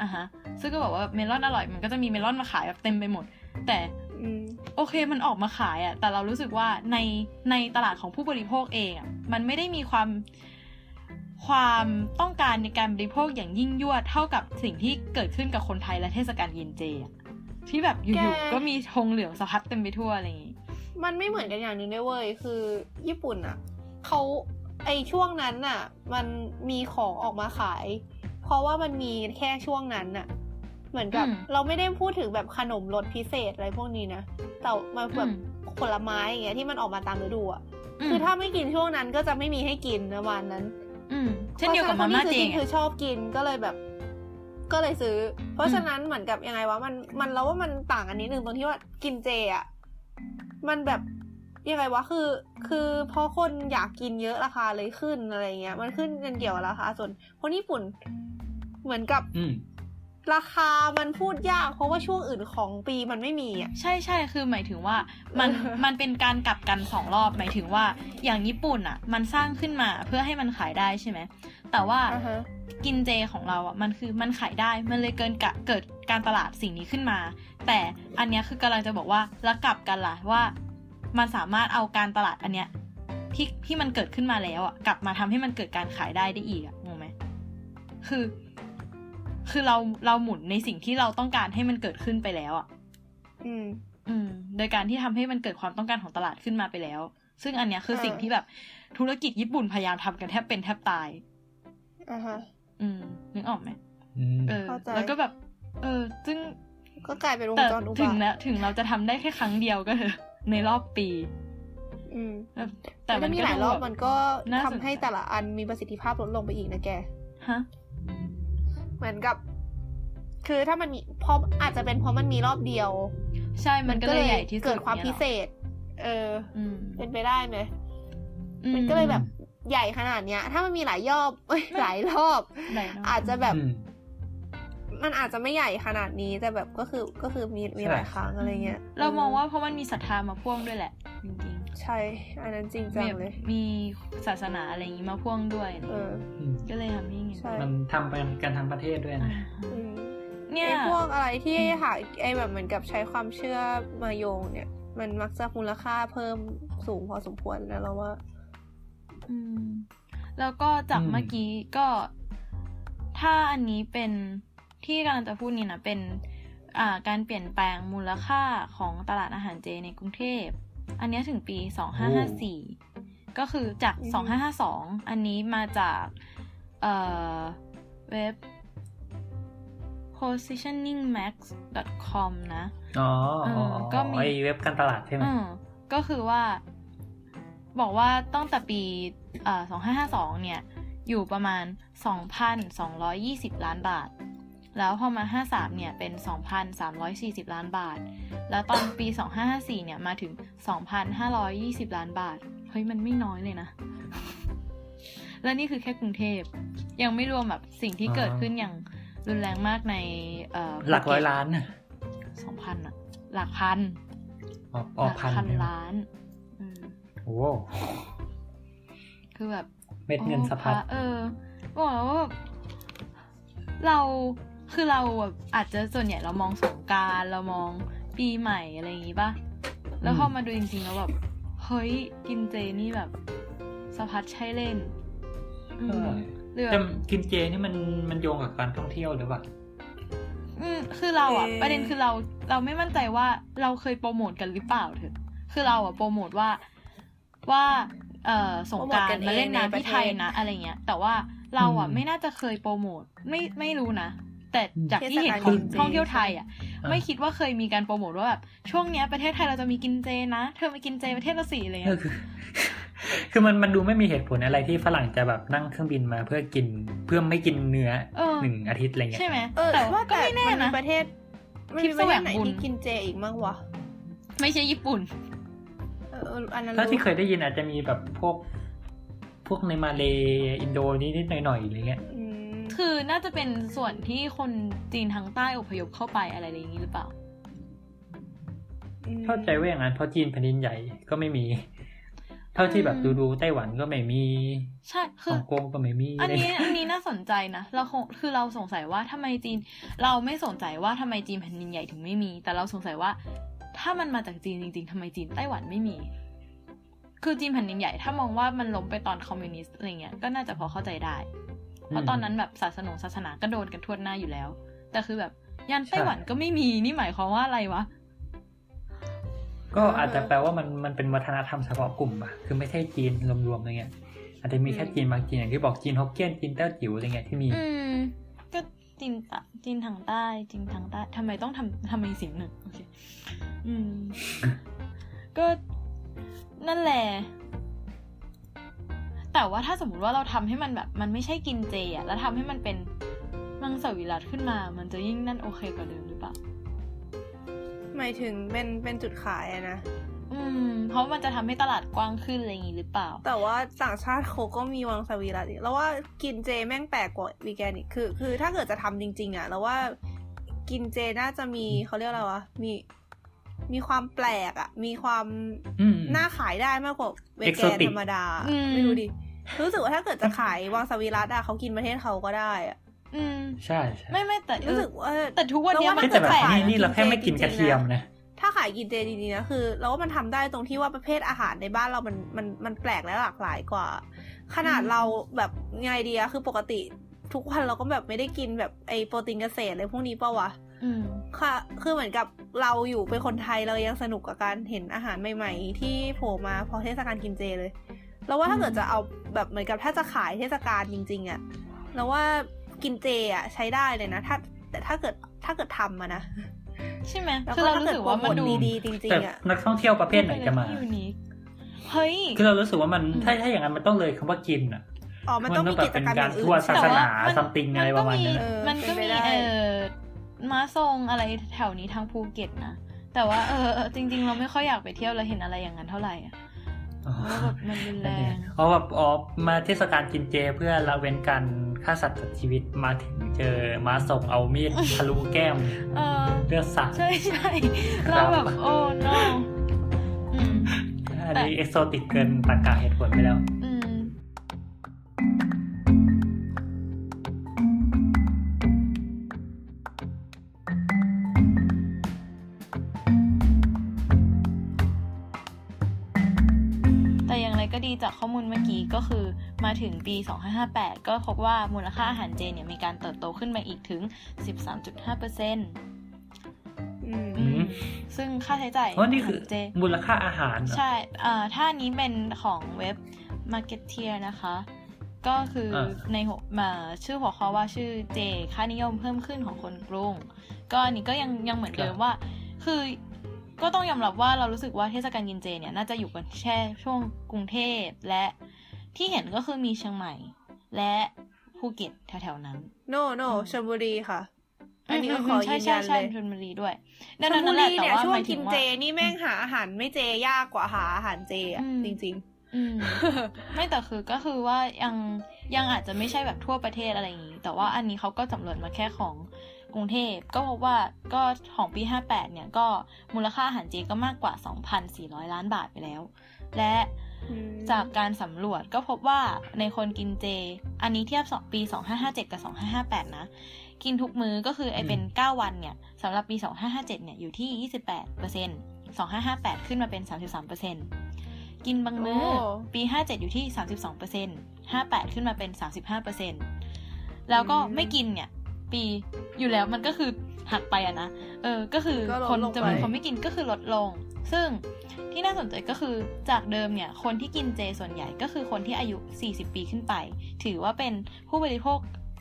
A: อ่ะฮะ ซึ่งก็บอกว่าเมลอนอร่อยมันก็จะมีเมลอนมาขายแบบเต็มไปหมด แต่
C: อืม
A: โอเคมันออกมาขายอะแต่เรารู้สึกว่าในในตลาดของผู้บริโภคเองอะมันไม่ได้มีความความต้องการในการบริโภคอย่างยิ่งยวดเท่ากับสิ่งที่เกิดขึ้นกับคนไทยและเทศกาลกินเจอะที่แบบอ
C: แก
A: ยู่ๆก็มีธงเหลืองสะพัดเต็มไปทั่วอะไรอย่างงี้
C: มันไม่เหมือนกันอย่างหนึ่งด้วยเว้ย คือญี่ปุ่นอ่ะเขาไอช่วงนั้นน่ะ มันมีของออกมาขาย เพราะว่ามันมีแค่ช่วงนั้นน่ะ เหมือนกับ
A: อืม
C: เราไม่ได้พูดถึงแบบขนมรสพิเศษอะไรพวกนี้นะ แต่มันแบบ
A: อืม
C: ผลไม้อย่างเงี้ยที่มันออกมาตามฤดูอ่ะ
A: ม
C: คือถ้าไม่กินช่วงนั้นก็จะไม่มีให้กินนะวันนั้น
A: อืมเช่นเดียวกับมาม่าเจง
C: พระฉะนั้นคนที่ซื้อกินคือ
A: อะ
C: ชอบกินก็เลยแบบ ก็เลยซื้อ เพ
A: อื
C: ราะ
A: ม
C: ฉะนั้นเหมือนกับยังไงวะมันมันเราว่ามันต่างอันนี้หนึ่งตรงที่ว่ากินเจอ่ะมันแบบยังไงวะคือ คือพอคนอยากกินเยอะราคาเลยขึ้นอะไรเงี้ย มันขึ้นเงินเกี่ยวกับราคาส่วนคนญี่ปุ่น เหมือนกับ
B: อืม
C: ราคามันพูดยาก เพราะว่าช่วงอื่นของปีมันไม่มีอ่ะ
A: ใช่ใช่คือหมายถึงว่า มัน
C: เออ
A: มันเป็นการกลับกันสองรอบหมายถึงว่าอย่างญี่ปุ่นอ่ะ มันสร้างขึ้นมาเพื่อให้มันขายได้ใช่ไหมแต่ว่า
C: อ่าฮะ
A: กินเจของเราอ่ะมันคือมันขายได้มันเลยเกินกะเกิดการตลาดสิ่งนี้ขึ้นมา แต่อันเนี้ยคือกำลังจะบอกว่าแล้วกลับกันล่ะว่า มันสามารถเอาการตลาดอันเนี้ยที่ที่มันเกิดขึ้นมาแล้วอ่ะกลับมาทำให้มันเกิดการขายได้ได้อีกอ่ะงงไหมคือ คือเราเราหมุนในสิ่งที่เราต้องการให้มันเกิดขึ้นไปแล้วอ่ะ
C: อืม
A: อืมโดยการที่ทำให้มันเกิดความต้องการของตลาดขึ้นมาไปแล้ว ซึ่งอันเนี้ยคือ
C: เออ
A: สิ่งที่แบบธุรกิจญี่ปุ่นพยายามทำกันแทบเป็นแทบตาย
C: อ่าฮะ
A: อืมนึกออกไหม
B: อืม
A: เออ
C: เข้าใจ
A: แล้วก็แบบ เออ ซึ่ง
C: ก็กลายเป็นวง
A: แต่
C: จรอุ
A: ถึ
C: บาง ท
A: แล้วถึงเราจะทำได้แค่ครั้งเดียวก็เถอะ ในรอบปี
C: อืม
A: แบบแต่
C: แต่
A: มั
C: มัน นมี
A: ก็
C: หลาย
A: ดู
C: รอบ
A: แบบ
C: มันก็
A: น่าส
C: ทำ
A: นจ
C: ให้แต่ละอันมีประสิทธิภาพลดลงไปอีกนะแก
A: ฮะ
C: เหมือนกับ คือถ้ามันมีเพราะอาจจะเป็นเพราะมันมีรอบเดียว
A: ใช่มันก็เลยใหญ่ที่สุด
C: เกิดความพิเศ
A: นี่ยหรอ
C: ษ เออ
A: อืม
C: เป็นไปได้ไหม
A: อื
C: มันก็เลยแบบ
B: อื
C: ใหญ่ขนาดเนี้ย ถ้ามันมีหลายรอบเอ้ยหลายรอบ
A: หลายรบ
C: อาจจะแบบ
B: อืม
C: มันอาจจะไม่ใหญ่ขนาดนี้แต่แบบก็คือก็คือมีมีหลายครั้งอะไรเงี้ย
A: เรามองว่าเพราะมันมีศรัทธามาพ่วงด้วยแหละ จริง
C: ใช่อันนั้นจริง
A: ๆ
C: จัง
A: แบ
C: เล
A: บ
C: ย
A: มีศาสนาอะไรอย่างนี้มาพ่วงด้วย
C: เออ
B: อืม
A: ก็เลยทำให้เงี้ย
C: ใช่
B: มันทำเป็นกันทั้งประเทศด้วยนะ
C: อืม
A: เนี่ย
C: ไอ้พวกอะไรที่หาไอ้แบบเหมือนกับใช้ความเชื่อมาโยงเนี่ย มันมักจะมูลค่าเพิ่มสูงพอสมควรนะเราว่า
A: อืมแล้วก็จาก
B: อืม
A: เมื่อกี้ก็ถ้าอันนี้เป็นที่กำลังจะพูดนี่นะเป็นอ่าการเปลี่ยนแปลงมูลค่าของตลาดอาหารเจในกรุงเทพ อันเนี้ยถึงปี 2554 ก็คือจาก
C: อืม
A: 2552 อันนี้มาจากเอ่อเว็บ positioningmax.com นะ
B: อ๋ออ๋อ
A: เออก็มี
B: ไอเว็บการตลาดใช่ไหม
A: อืมก็คือว่าบอกว่าตั้งแต่ปีเอ่อ2552 เนี่ย อยู่ประมาณ 2,220 ล้านบาท แล้วพอมา 53 เนี่ย เป็น 2,340 ล้านบาท แล้วตอนปี 2554 เนี่ย มาถึง 2,520 ล้านบาท เฮ้ย มันไม่น้อยเลยนะ และนี่คือแค่กรุงเทพ ยังไม่รวมแบบสิ่งที่เกิดขึ้นอย่างรุนแรงมากในเอ่อ
B: หลักร้อยล้านน่ะ
A: สองพันอะหลักพัน
B: ออกออกพัน
A: หลั
B: ใช่ไหม
A: ล้านอืม
B: โอ้โห
A: คือแบบ
B: เม็ดเงินสะพัด
A: โอ้พระเออบอกแล้วว่าแบบเรา คือเราแบบอาจจะส่วนใหญ่เรามองสงกราร เรามองปีใหม่อะไรอย่างงี้ป่ะ แล้วพอมาดูจริงๆแล้วแบบ เฮ้ย กินเจนี่แบบสะพัดใช่เล่น อืมหรือแบ
B: แต่
A: บ
B: กินเจนี่มันมันโยงกับการท่องเที่ยวหรือเปล่า
A: อืมคือเราอะ
C: เอ่อ
A: ประเด็นคือเรา เราไม่มั่นใจว่าเราเคยโปรโมทกันหรือเปล่าเถอะ คือเราอะโปรโมทว่าว่า เอ่อสงกรารมาเล่นน้ำที่ไทยนะ อะไรเงี้ย แต่ว่าเราอ่ะ
B: อืม
A: ไม่น่าจะเคยโปรโมทไม่ไม่รู้นะ แต่จากที่เห็น
C: เทศ
A: ขอ
C: กาล
A: ง
C: กินเจ
A: ท่องเที่ยวไทยอ่ะ
B: า
A: ไม่คิดว่าเคยมีการโปรโมทว่าแบบช่วงเนี้ยประเทศไทยเราจะมีกินเจนะ เธอมากินเจประเทศเราสี่อะไร
B: ก็
A: เงี้ย
B: คือ คือมันมันดูไม่มีเหตุผลอะไรที่ฝรั่งจะแบบนั่งเครื่องบินมาเพื่อกินเพื่อไม่กินเนื้อ
A: เออ
B: หนึ่งอาทิตย์อะไรเงี้ย
A: ใช่ไหม
C: เออ
A: แต่
C: ว่า
A: ก็
C: แต่
A: ไม่แน่
C: มันมี
A: นะ
C: ประเทศมัน
A: ทิพ
C: มี
A: ย์แส
C: ประ
A: ว
C: เท
A: ง
C: ศไหน
A: บุญ
C: ที่กินเจอีกมั้งวะ
A: ไม่ใช่ญี่ปุ่น
C: เออเอออันนั้น
B: ถ้าที่
C: รู้
B: เคยได้ยินอาจจะมีแบบพวก พวกในมาเลย์อินโดนิดๆหน่อยๆอะไรเงี้ย
C: อืม
A: คือน่าจะเป็นส่วนที่คนจีนทางใต้อพยพเข้าไปอะไรอย่างนี้หรือเปล่า
C: อืม
B: เข้าใจว่าอย่างนั้นเพราะจีนแผ่นดินใหญ่ก็ไม่มี เท่าที่แบบดูดูๆไต้หวันก็ไม่มี
A: ใช่คื
B: ฮ่
A: อ
B: องกงก็ไม่มี
A: อันนี้
B: ะไร
A: อันนี้น่าสนใจนะเราคงคือเราสงสัยว่าทำไมจีน เราไม่สนใจว่าทำไมจีนแผ่นดินใหญ่ถึงไม่มี แต่เราสงสัยว่า ถ้ามันมาจากจีนจริง ๆทำไมจีนไต้หวันไม่มี คือจีนแผ่นดินใหญ่ ถ้ามองว่ามันล้มไปตอนคอมมิวนิสต์อะไรเงี้ยก็น่าจะพอเข้าใจได้ เพราะตอนนั้นแบบศาสนาศาสนาก็โดนกันทั่วหน้าอยู่แล้ว แต่คือแบบยันไต้หวันก็ไม่มีนี่หมายความว่าอะไรวะ
B: ก็อาจจะแปลว่ามันมันเป็นวัฒนธรรมเฉพาะกลุ่มป่ะคือไม่ใช่จีนรวมๆอะไรเงี้ย อาจจะมีแค่
C: อืม
B: จีนบางจีนอย่างที่บอกจีนฮกเกี้ยนจีนแต้วจิ๋วอะไรเงี้ยที่มี
A: อืม ก็จีนตะจีนทางใต้จีนทางใต้ทำไมต้องทำทำไมเสียงหนึ่งโอเคอืม ก็นั่นแหละ แต่ว่าถ้าสมมติว่าเราทำให้มันแบบ มันไม่ใช่กินเจอะแล้วทำให้มันเป็นมังสวิรัตขึ้นมา มันจะยิ่งนั่นโอเคกว่าเดิมหรือเปล่า
C: หมายถึงเป็นเป็นจุดขายอะนะ
A: อืม เพราะมันจะทำให้ตลาดกว้างขึ้นอะไรอย่างงี้หรือเปล่า
C: แต่ว่าต่างชาติเขาก็มีวังสวิรัติอีกแล้วว่ากินเจแม่งแปลกกว่าวีแกนอีกคือ คือถ้าเกิดจะทำจริง ๆ อ่ะ แล้วว่ากินเจน่าจะมีเขาเรียกอะไรวะมี มีความแปลกอ่ะ มีความ
B: อืม
C: น่าขายได้มากกว่าเวแกน
B: Exotic
C: ธรรมดา
A: อืม
C: ไม่รู้ดิ รู้สึกว่าถ้าเกิดจะขายวังสวิรัติอ่ะเขากินประเทศเขาก็ได้อ่ะ
A: อืม
B: ใช่ใช่
A: ไม่ไม่แต่เออ
C: รู้สึกว่า
A: แต่ทุกวันเนี้ย
C: เราว่า
A: มัน
B: แต่แบบ
A: แปลก
B: นี่
A: นะ
B: นี่เราแค่ไม่กินกระเทียมนะ
C: ถ้าขายกินเจจริงๆนะคือเราว่ามันทำได้ตรงที่ว่าประเภทอาหารในบ้านเรามันมันมันแปลกและหลากหลายกว่า ขนาดเราแบบไงดีอะคือปกติทุกวันเราก็แบบไม่ได้กินแบบไอโปรตีนเกษตรอะไรพวกนี้เปล่าวะ
A: อืม
C: ค่ะ คือเหมือนกับเราอยู่เป็นคนไทยเรายังสนุกกับการเห็นอาหารใหม่ ๆ ที่โผล่มาพอเทศกาลกินเจเลยเราว่าถ้าเกิดจะเอาแบบเหมือนกับถ้าจะขายเทศกาลจริง ๆอะเราว่ากินเจอะใช้ได้เลยนะ ถ้าแต่ถ้าเกิดถ้าเกิดทำอะนะ
A: ใช่ไหม
C: แล้ว
A: คือ
C: ก็
A: เรา
C: ถ้า
A: รู้
C: เกิด
A: สึก
C: โปร
A: ว่า
C: โม
A: มัน
C: ท
A: ดู
C: ดีๆจริง
B: แต่
C: ๆอะ
B: นักท่องเที่ยวประเภทไหนจะมา
A: เป็อไรที่ยูนิคเฮ้ย
B: คือเรารู้สึกว่ามัน
A: อืม
B: ถ้าถ้าอย่างนั้นมันต้องเลยคำว่ากินอ่ะ
C: อ๋อ มันต้องมีกิจกรรมอย่างอื่น
B: มันต้องแบบเป็นการทั่วศาสนา
A: แต่ว่มัน
B: something อะไรประมาณนั้น
A: ก็มันก็มีเออม้าทรงอะไรแถวนี้ทางภูเก็ตนะ แต่ว่าเออเออจริง ๆ เราไม่ค่อยอยากไปเที่ยวเราเห็นอะไรอย่างนั้นเท่าไหร่อะเพราะว่าแบบมันรุนแรง
B: เพราะแบบอ๋อมาเทศกาลกินเจเพื่อละเว้นการ ฆ่าสัตว์ตัดชีวิตมาถึงเจอม้าส่งเอามีดทะลุแก้ม
A: เออ
B: เลือดสาด
A: ใช่ใช่
B: ครับ
A: เราแบบโอ้ no อืม
B: อันนี้เอ็กโซติกเกินตากาเหตุผลไปแล้ว
A: อืม แต่อย่างไรก็ดีจากข้อมูลเมื่อกี้ก็คือมาถึงปี 2558 ก็พบว่ามูลค่าอาหารเจเนี่ยมีการเติบโตขึ้นมาอีกถึง 13.5%
C: อืม
A: อืมซึ่งค่าใช้จ่าย
B: เพราะนี่คือ
A: ขงเจ
B: มูลค่าอาหารเหรอ
A: ใช่เอ่อถ้าอันนี้เป็นของเว็บ Marketeer นะคะ ก็คือ
B: เออ
A: ในหัวมาชื่อหัวข้อว่าชื่อเจ ค่านิยมเพิ่มขึ้นของคนกรุง ก็อันนี้ก็ยังยังเหมือนเดิมว่า คือก็ต้องยอมรับว่าเรารู้สึกว่าเทศกาลกินเจเนี่ยน่าจะอยู่กันแค่ช่วงกรุงเทพและที่เห็นก็คือมีเชียงใหม่ และภูเก็ตแถวๆนั้น
C: โนโนชลบุรีค่ะ อันนี้ก็
A: ม
C: ขอ
A: มใช่
C: ยืน
A: ใช่
C: ยัน
A: ใช่
C: เลย
A: ชลบุรีด้วย
C: ชลบุ
A: แห
C: รี
A: ละแต่
C: เนี่ย
A: ว่า
C: ช่ว
A: ห
C: ง
A: มายถึ
C: กิน
A: ว่า
C: เจนี่แม่งหาอาหารไม่เจยากกว่าหาอาหารเจอะ
A: อืม
C: จริง
A: อื ม
C: ๆ
A: ไม่แต่คือก็คือว่ายังยังอาจจะไม่ใช่แบบทั่วประเทศอะไรอย่างนี้ แต่ว่าอันนี้เขาก็สำรวจมาแค่ของกรุงเทพก็พบว่าก็ของปี 58 เนี่ยก็มูลค่าอาหารเจก็มากกว่า 2,400 ล้านบาทไปแล้ว และ
C: อืม
A: จากการสำรวจก็พบว่าในคนกินเจ อันนี้เทียบสองปี 2557 กับ 2558 นะ กินทุกมื้อก็คือไอเป็น 9 วันเนี่ยสำหรับปี 2557 เนี่ยอยู่ที่ 28% 2558 ขึ้นมาเป็น 33%กินบางมื้อ
C: โอ้
A: ปี 57 อยู่ที่ 32% 58 ขึ้นมาเป็น 35%แล้วก็ไม่กินเนี่ย ปีอยู่แล้วมันก็คือหักไปอะนะ เออ ก็คือ
C: ก็ลด
A: คน
C: ลงไป
A: จำนวนคนไม่กินก็คือลดลง ซึ่งที่น่าสนใจก็คือจากเดิมเนี่ย คนที่กินเจส่วนใหญ่ก็คือคนที่อายุ 40 ปีขึ้นไป ถือว่าเป็นผู้บริโภค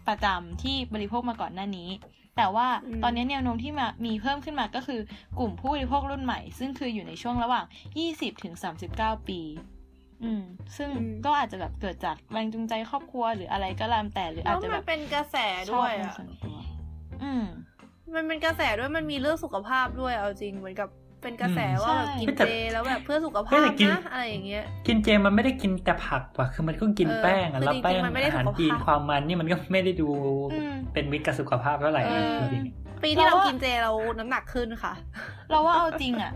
A: ประจำที่บริโภคมาก่อนหน้านี้ แต่ว่า
C: อืม
A: ตอนนี้แนวโน้มที่มามีเพิ่มขึ้นมาก็คือกลุ่มผู้บริโภครุ่นใหม่ ซึ่งคืออยู่ในช่วงระหว่าง 20ถึง39 ปี อืม ซึ่ง
C: อืม
A: ก็อาจจะแบบเกิดจากแรงจูงใจครอบครัวหรืออะไรก็ตามแต่หรือ
C: แล้
A: อาจ
C: ว
A: จะ
C: มั
A: แบบ
C: นเป็นกระแส
A: ช
C: ด้
A: อ
C: ว
A: บ
C: ย
A: เป็น
C: อ่ะ
A: ส่วนตัวอืม
C: มันเป็นกระแสด้วยมันมีเรื่องสุขภาพด้วยเอาจริงเหมือนกับเป็นกระแสว่าแบบ
A: ใช่
C: กินเจแล้วแบบเพื่อสุขภา
B: เฮ้ย
C: พ
B: แต่กิน
C: นะอะไรอย่างเงี้ย
B: กินเจมันไม่ได้กินแต่ผักว่ะคือมันก็กิน
C: เออ
B: แป้งอะ
C: คือ
B: แล้วแป้
C: จริ
B: ง
C: งๆมันไม่ได้
B: อาหาร
C: สุขภาพ
B: จีนความมันนี่มันก็ไม่ได้ดู
A: อืม
B: เป็นมิตรกับสุขภาพเท่าไหร่
C: เอ
B: นะ
C: อ
B: จริง
C: ปีที่เรา
A: เราว่า
C: กินเจเราน้ำหนักขึ้นค่ะ
A: เราว่าเอาจริง อะ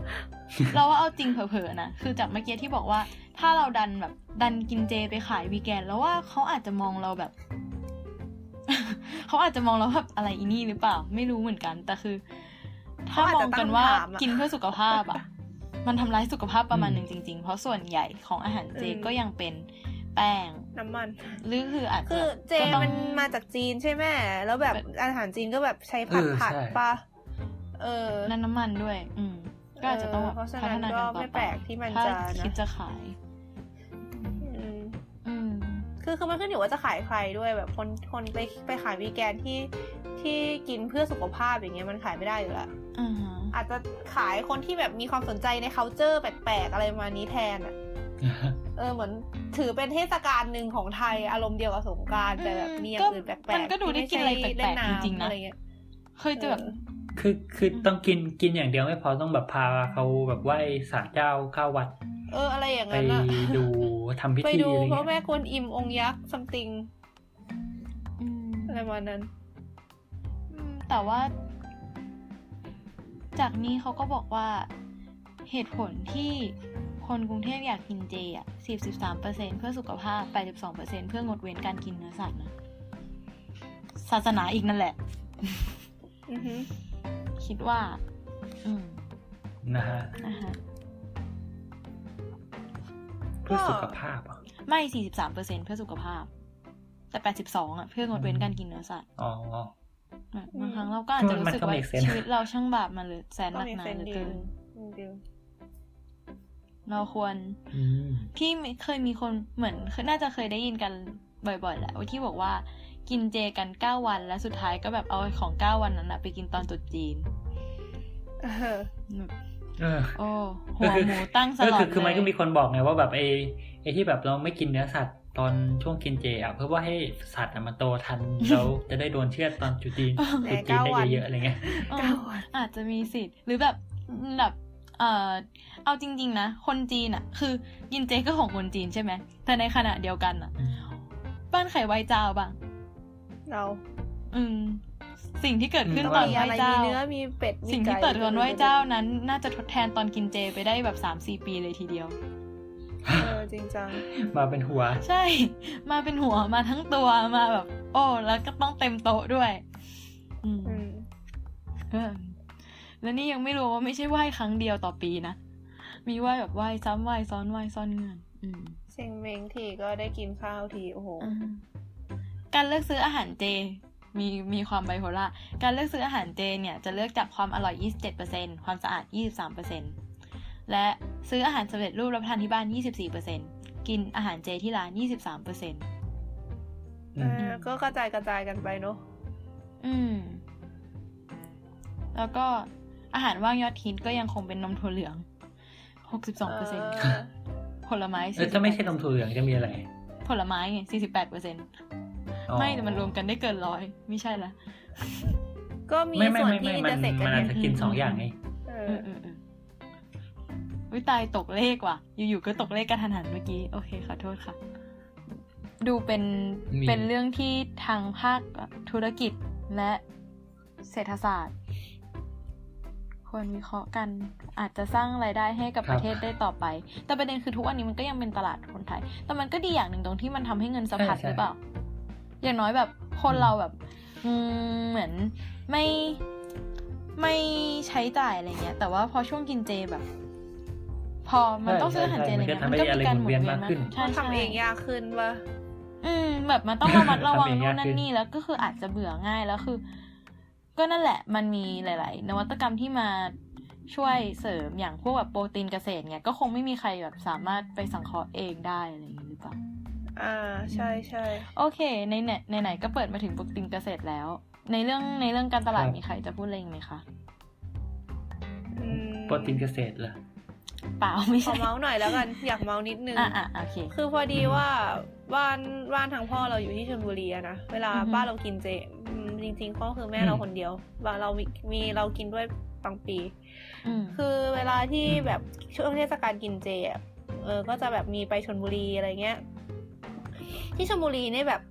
A: เราว่าเอาจริงเผลอๆนะ คือจากเมื่อกี้ที่บอกว่า ถ้าเราดันแบบดันกินเจไปขายวีแกน แล้วว่าเขาอาจจะมองเราแบบ เขาอาจจะมองเราแบบอะไรอีนี่หรือเปล่า ไม่รู้เหมือนกัน แต่คือ ถ้ามองกันว่า
C: เขาอาจจะตั้งคำถามอะ
A: กินเพื่อสุขภาพอะมันทำร้ายสุขภาพประมาณหนึ่งจริง ๆ เพราะส่วนใหญ่ของอาหารเจ
C: อืม
A: ก็ยังเป็นแป้ง
C: น้ำมัน
A: หรือคืออาจจะ
C: คือเจ
A: ก็ต้อง
C: มันมาจากจีนใช่ไหมแล้วแบบอาหารจีนก็แบบใช้ผัก
B: เออ
C: ผัด
B: ใช่
C: ปะเออ
A: นั่นน้ำมันด้วย อืม ก็อาจจะต้องแบบ
C: เออเพราะฉะนั้
A: พั
C: น
A: ฒนา
C: ก็
A: กันต่
C: ไม่
A: อไป
C: แปลกที่มัน
A: ถ้า
C: จะนะ
A: คิดจะขาย
C: อืม
A: อืม
C: คือคือมันขึ้นอยู่ว่าจะขายใครด้วยแบบคนคนไปไปขายวีแกนที่ที่กินเพื่อสุขภาพอย่างเงี้ยมันขายไม่ได้อยู่ละ
A: อ่าฮะ
C: อาจจะขายคนที่แบบมีความสนใจใน c u เจอร์แปลกๆ อะไรประมาณนี้แทนอ่ะ
B: ๆ
C: เออเหมือนถือเป็นเทศกาลหนึ่งของไทยอารมณ์เดียวกับสงกรารแต่แบบมีอย่างอื่นแปลกๆ
A: มันก็ดูได้กินอะไรแปลกๆจริงๆ
C: ที่ไม่ใช่เล่ำ
A: นะ
C: อไเย
A: เคยจะแบบ
B: คือคือต้องกินกินอย่างเดียวไม่พอต้องแบบพาเขาแบบไหว้ศาลเจ้าเข้าวัด
C: เอออะไรอย่าง
B: ไป
C: นั้นอะ
B: ดูทำพิ
C: ไป
B: ธี
C: ดู
B: อะไร
C: เพ
B: เงี้
C: ราะ
B: ย
C: แม่กวนอิมองค์ยักษ์ซัมติง
A: อืม
C: อะไรประมาณนั้น
A: อืมแต่ว่า จากนี้เขาก็บอกว่าเหตุผลที่คนกรุงเทพอยากกินเจอ่ะ43%เพื่อสุขภาพ 82%เพื่องดเว้นการกินเนื้อสัตว์นะศาสนาอีกนั่นแหละ
C: อือฮึ
A: คิดว่า อืม
B: นะฮะ
A: นะฮะ
B: เพื่อสุขภาพเหรอ
A: ไม่ 43 เปอร์เซ็นเพื่อสุขภาพ แต่ 82 อ่ะ เพื่องดเว้นการกินเนื้อสัตว์
B: อ๋อ
A: อ่ะบางครั้งเราก็อาจจะรู้สึก
B: มันก็
A: ว่า
B: make sense
A: ชีวิตเราช่างบาปมาเหลยแสนห
C: ก็
A: นัก
C: มี
A: หนา
C: เซน
A: เหลือ
C: ดี
A: เกิน
C: ดี
A: เราควร
B: อืม
A: พี่เคยมีคนเหมือนน่าจะเคยได้ยินกันบ่อยๆแหละที่บอกว่ากินเจกัน 9 วัน แล้วสุดท้ายก็แบบเอาของ 9 วันนั้นอะไปกินตอนตรุษจีน
C: เออ
B: เออ
A: โอ้หัวหมูตั้งส
B: เออ
A: ลอ
B: คื
A: ด
B: อคือมันก็
A: เล
B: มี
A: ย
B: คนบอกไงว่าแบบไอ้ไอ้ที่แบบเราไม่กินเนื้อสัตว์ตอนช่วงกินเจอ่ะเพื่อว่าให้สัตว์อะมันโตทัน เราจะได้โดนเชือดตอนจุดจีน
C: แต่
B: จุดจีน
C: เก้าวั
B: ได้
C: น
B: เยอะๆอะไรเงี้ย
A: เออ
C: เก้าวัน
A: อาจจะมีสิทธิ์หรือแบบแบบเออเอาจริง ๆ นะ คนจีนอะคือกินเจก็ของคนจีนใช่ไหมแต่ในขณะเดียวกันอะบ้านไขไวเจ้าบ้าง
C: เรา
A: อืมสิ่งที่เกิดขึ้น
B: อืม
A: ตอน
C: มี
A: ไหว้
C: อะไรมี
A: เจ้า
C: เนื้อมีเป็ดมี
A: สิ่งที่
C: ไก่
A: เกิดขึ้นไหว้เจ้านั้น น่าจะทดแทนตอนกินเจไปได้แบบสามสี่ปีเลยทีเดียว
C: เออจริงจัง
B: มาเป็นหัว
A: ใช่ มาเป็นหัวมาทั้งตัวมาแบบ โอ้ แล้วก็ต้องเต็มโต๊ะด้วย อืม
C: อืม
A: เออแล้วนี่ยังไม่รู้ว่าไม่ใช่ไหว้ครั้งเดียวต่อปีนะ มีไหว้แบบไหว้ซ้ำไหว้ซ้อนไหว้ซ้อนเงินอืม
C: เซ็งเมงทีก็ได้กินข้าวทีโอ้โห
A: อ่าการเลือกซื้ออาหารเจ มีมีความไบโพล่าการเลือกซื้ออาหารเจเนี่ยจะเลือกจากความอร่อย 27%ความสะอาด 23%และซื้ออาหารสำเร็จรูปรับประทานที่บ้าน 24%กินอาหารเจที่ร้าน 23%
B: อื
C: เอ
B: ม
C: อก็กระจายกระจายกันไปเนาะ
A: อืม แล้วก็อาหารว่างยอดฮิตก็ยังคงเป็นนมถั่วเหลือง
C: เอ
A: 62%
C: อ
A: ผลไม้
B: เออถ้าไม่ใช่นมถั่วเหลืองจะมีอะไร
A: 48%ผลไม้ไง48%
B: อ๋อ
A: ไม่แต่มันรวมกันได้เกินร้อยไม่ใช่ละ
C: ก็มี
B: ไม่ไม่
C: ส่วน
B: ไม่
C: ที่
B: ไม่
C: อิน
B: มั
C: เตอนร์เซ็กกัน
B: มัน
C: ไง
B: อาจจะกินสองอย่างไง
C: เอ
A: เอ
C: อ
A: อเออเออวิตายตกเลขว่ะ อยู่ๆก็ตกเลขกระทันหันเมื่อกี้ โอเคขอโทษค่ะ ดูเป็น
B: มี
A: เป็นเรื่องที่ทางภาคธุรกิจและเศรษฐศาสตร์ ควรวิเคราะห์กันอาจจะสร้างรายได้ให้กับประเทศได้ต่อไป แต่ประเด็นคือทุกวันนี้มันก็ยังเป็นตลาดคนไทย แต่มันก็ดีอย่างหนึ่งตรงที่มันทำให้เงินสะพัด
B: ใช่ใช่
A: หรือเปล่า อย่างน้อยแบบคนเราแบบ อืมเหมือนไม่ไม่ใช้จ่ายอะไรเงี้ย แต่ว่าพอช่วงกินเจแบบ พอมันต้องซื้ออาหารเจอะไรเงี้ย
B: ใช่ใช่มันก็ทำให้อะไรหมุนเวียนมากขึ้น
A: ใช่ใช่
C: ทำเองยากขึ้นปะ
A: อืมแบบมันต้องระมัดระวัง
B: ทำเอง
A: นู่
B: ยาก
A: นนั่น
B: ขึ้น
A: นี่แล้วก็คืออาจจะเบื่อง่ายแล้วคือ ก็นั่นแหละมันมีหลาย ๆ นวัตกรรมที่มาช่วยเสริมอย่างพวกแบบโปรตีนเกษตรเนี่ยก็คงไม่มีใครแบบสามารถไปสังเคราะห์เองได้อะไรอย่างนี้หรือเปล่า
C: อ่าใช่ใช่
A: โอเค ในไหนในไหนก็เปิดมาถึงโปรตีนเกษตรแล้ว ในเรื่องในเรื่องการตลาด
B: ครับ
A: มีใครจะพูดอะไรอีกไหมคะ
C: อืม
B: โปรตีนเกษตรเหรอ
A: เปล่าไม่
C: ขอ
A: ใช่
C: เมาส์หน่อยแล้วกันอยากเมาส์นิดนึง
A: อ่ะอ่ะโอเค
C: คือพอดี
B: อืม
C: ว่าบ้านบ้านทางพ่อเราอยู่ที่ชลบุรีอะนะเวลา
A: อือฮึ
C: บ้านเรากินเจอืมจริงๆก็คือแม่เราคนเดียวบ้านเรามีมีเรากินด้วยบางปี
A: อืม
C: คือเวลาที่
B: อืม
C: แบบช่วงเทศกาลกินเจอะเออ ก็จะแบบมีไปชนบุรีอะไรเงี้ย ที่ชนบุรีเนี่ยแบบ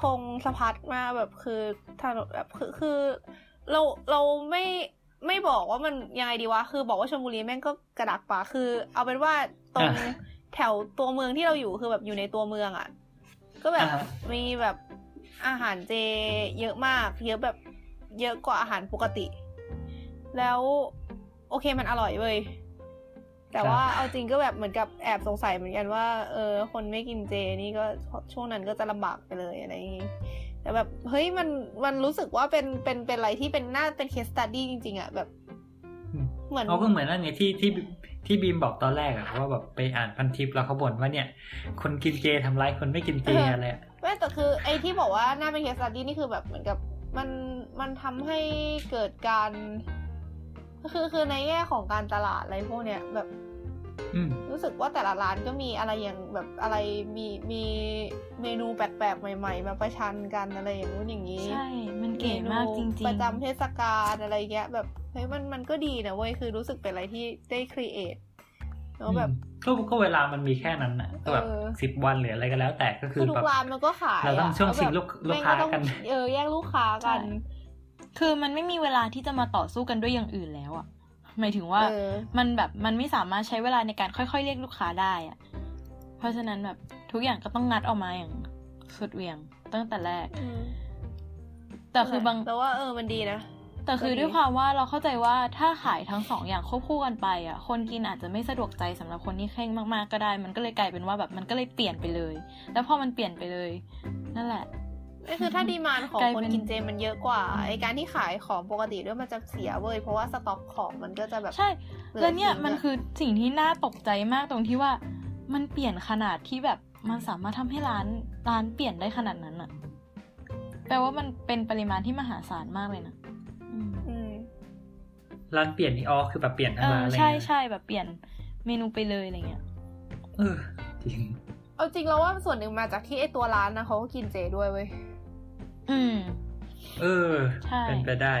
C: ธงสะพัดมากแบบคือถนนแบบคือคือ เราเราไม่ไม่บอกว่ามันยังไงดีวะคือบอกว่าชนบุรีแม่งก็กระดักปะคือ เอาเป็นว่าตรง
B: อ่ะ
C: แถวตัวเมืองที่เราอยู่คือแบบอยู่ในตัวเมืองอะ่ะ ก็แบบ
B: อ่า
C: มีแบบอาหารเจเยอะมาก เยอะแบบเยอะกว่าอาหารปกติ แล้วโอเคมันอร่อยเว้ยแต่ว่าเอาจริงก็แบบเหมือนกับแอบสงสัยเหมือนกันว่า เออ คนไม่กินเจนี่ก็ช่วงนั้นก็จะลำบากไปเลยอะไรอย่างงี้แต่แบบเฮ้ยมันมันรู้สึกว่าเป็นเป็นเป็นอะไรที่เป็นหน้าเป็นเคสตัดดี้จริง ๆอะแบบ
B: อืม
C: เหมือน
B: เขาก็เหมือนนั่นไงที่ที่ที่บีมบอกตอนแรกอะว่าแบบไปอ่านพันทิปแล้วเขาบ่นว่าเนี่ย คนกินเจทำร้ายคนไม่กินเจอะไรอะ
C: ไม่แต่คือไอ้ที่บอกว่าน่าเป็นเคสตัดดี้นี่คือแบบเหมือนกับมันมันทำให้เกิดการคือคือในแง่ของการตลาดอะไรพวกเนี้ยแบบ
B: อืม
C: รู้สึกว่าแต่ละร้านก็มีอะไรอย่างแบบอะไรมีมีเมนูแปลกๆใหม่ ๆ มาประชันกันอะไรอย่างนู้นอย่างนี้
A: ใช่ มันเก๋มากจริง
C: เนู
A: ๆ
C: ประจำเทศกาลอะไรเงี้ยแบบเฮ้ยมันมันก็ดีนะเว้ยคือรู้สึกเป็นอะไรที่ได้ครีเอทแล้วแบบ
B: ก็ก็เวลามันมีแค่นั้นนะก็แบบ
C: เออ
B: สิบวันหรืออะไรก็แล้ว แต่ก็คื
C: คือ อทุ
B: แบ
C: ก
B: บ
C: ร้านมันก็ขายะ
B: เราต้องช่วงชิง
C: แ
B: ลูกลู
C: แม่
B: ก
C: ง
B: ค้า
C: ต้อง
B: กัน
C: เออแย่งลูกค้ากัน
A: ใช่ คือมันไม่มีเวลาที่จะมาต่อสู้กันด้วยอย่างอื่นแล้วอะหมายถึงว่า
C: เออ
A: มันแบบมันไม่สามารถใช้เวลาในการค่อยๆเรียกลูกค้าได้อะเพราะฉะนั้นแบบทุกอย่างก็ต้องงัดออกมาอย่างสุดเหวียงตั้งแต่แรก
C: อืม
A: แต่คือบาง
C: แต่ว่าเออมันดีนะ
A: แต่คือ
C: ก็ดี
A: ด้วยความว่าเราเข้าใจว่าถ้าขายทั้งสองอย่างควบคู่กันไปอ่ะ คนกินอาจจะไม่สะดวกใจสำหรับคนที่เคร่งมากๆก็ได้ มันก็เลยกลายเป็นว่าแบบมันก็เลยเปลี่ยนไปเลย แล้วพอมันเปลี่ยนไปเลย นั่นแหละ
C: ก็ คือถ้าดีมานของ
A: กลาย
C: ค
A: เป็นน
C: กินเจมันเยอะกว่า
A: อืม
C: ไอการที่ขายของปกติด้วยมันจะเสียเว้ยเพราะว่าสต็อกของมันก็จะแบบ
A: ใช่
C: หอ
A: แล้วเนี่ย
C: ทิ้งะ
A: มันคือสิ่งที่น่าตกใจมากตรงที่ว่ามันเปลี่ยนขนาดที่แบบมันสามารถทำให้ร้านร้านเปลี่ยนได้ขนาดนั้นอะแปลว่ามันเป็นปริมาณที่มหาศาลมากเลยนะอืม
C: ม
B: ร้านเปลี่ยนนี่อ๋อคือแบบเปลี่ยนทั้
A: เอง
B: ร้า
A: อน
B: เลย
A: ใช่ใช่แบบเปลี่ยนเมนูไปเลยอะไรเงี้ย
B: เออจริง
C: เอาจริงแล้วว่าส่วนหนึ่งมาจากที่ไอตัวร้านนะเขาก็กินเจด้วยเว้ย
A: อืม
B: เออ
A: ใช่
B: เป็นไปได้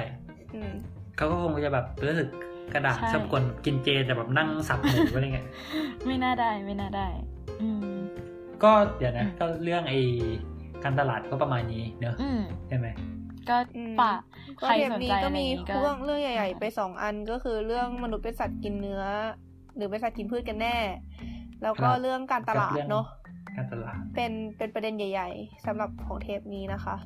C: อืม
B: เขาก็คงจะแบบรู้สึกกระดาษ
A: ใช่
B: ชอบกวนกินเจแต่แบบนั่งสับหมูอะไร เงี้ย
A: ไม่น่าได้ไม่น่าได้ อืม
B: ก็เดี๋ยวนะ
A: อืม
B: ก็เรื่องไอ้ การตลาดก็ประมาณนี้เนอะ
A: อืม
B: ใช่ไหม
A: ก็ปะ
C: ก็
A: ใครสน
C: เทปนี้
A: ใจ
C: ก็
A: อะไร
C: มี
A: นี้ก็
C: เรื่องเรื่องใหญ่ ๆ ไปสองอันก็คือเรื่องมนุษย์เป็นสัตว์กินเนื้อ หรือเป็นสัตว์กินพืชกันแน่ แล้วก็
B: ครับ
C: เรื่องการตลาด
B: กับรื่อง
C: เนาะ
B: การตลาด
C: เป็นเป็นประเด็นใหญ่ ๆสำหรับของเทปนี้นะคะ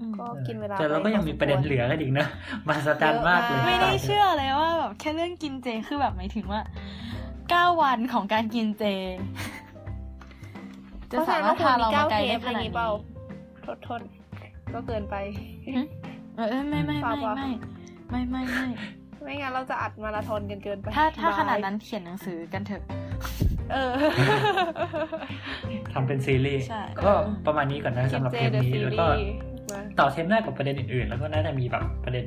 A: อืม
C: ก็กินเวลา
B: แต่เราก็ยังมีประเด็นเหลือกันอีกนะ มหัศจรรย์มากเลย
A: ไม่ได้เชื่อเลยว่าแบบแค่เรื่องกินเจคือแบบหมายถึงว่าเก้าวันของการกินเจ จะสามารถพาเรามาไกลได้ขนาดนี้
C: ทนทนก็เกินไป
A: เออไม่ไม่
C: ทรา
A: ไม่
C: บว่า
A: ไม่ไม่ไม่ไม่ไม่
C: ไม่งั้นเราจะอัดมาราธอนกันเกินไป
A: ถ้าถ้า
C: บย
A: ขนาดนั้นเขียนหนังสือกันเถอะ
C: เออ
B: ทำเป็นซีรีส์
A: ใช่
B: ก็ประมาณนี้ก่อนนะสำหรับเทปนี้แล้วก็
C: มา
B: ต่อเทปหน้ากับประเด็นอื่นๆ แล้วก็น่าจะมีแบบประเด็น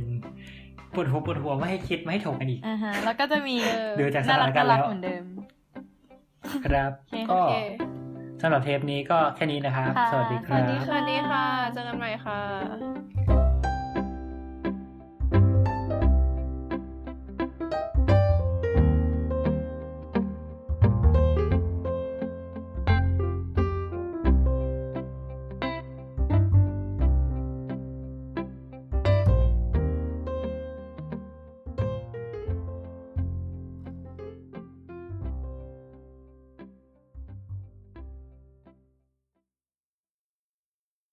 B: ปวดหัวปวดหัวไม่ให้คิดไม่ให้ถกกันอีก
A: อ่าฮะแล้วก็จะมี
C: เออ
B: ดูจากส
A: น่า
B: ถา
A: รั
B: น
A: ก
B: การ
A: น่ารั
B: ณ์
A: ก
B: แล้ว
A: เหมือนเดิม
B: ครับ
A: โอเค
B: ก็
C: โอเค
B: สำหรับเทปนี้ก็แค่นี้นะครับ
A: ค่ะ
B: สวัสดีค
A: สวั
B: รั
A: สดี
B: บ
A: ค่ะ
C: สวัสดีค่ะ เจอกันใหม่ค่ะ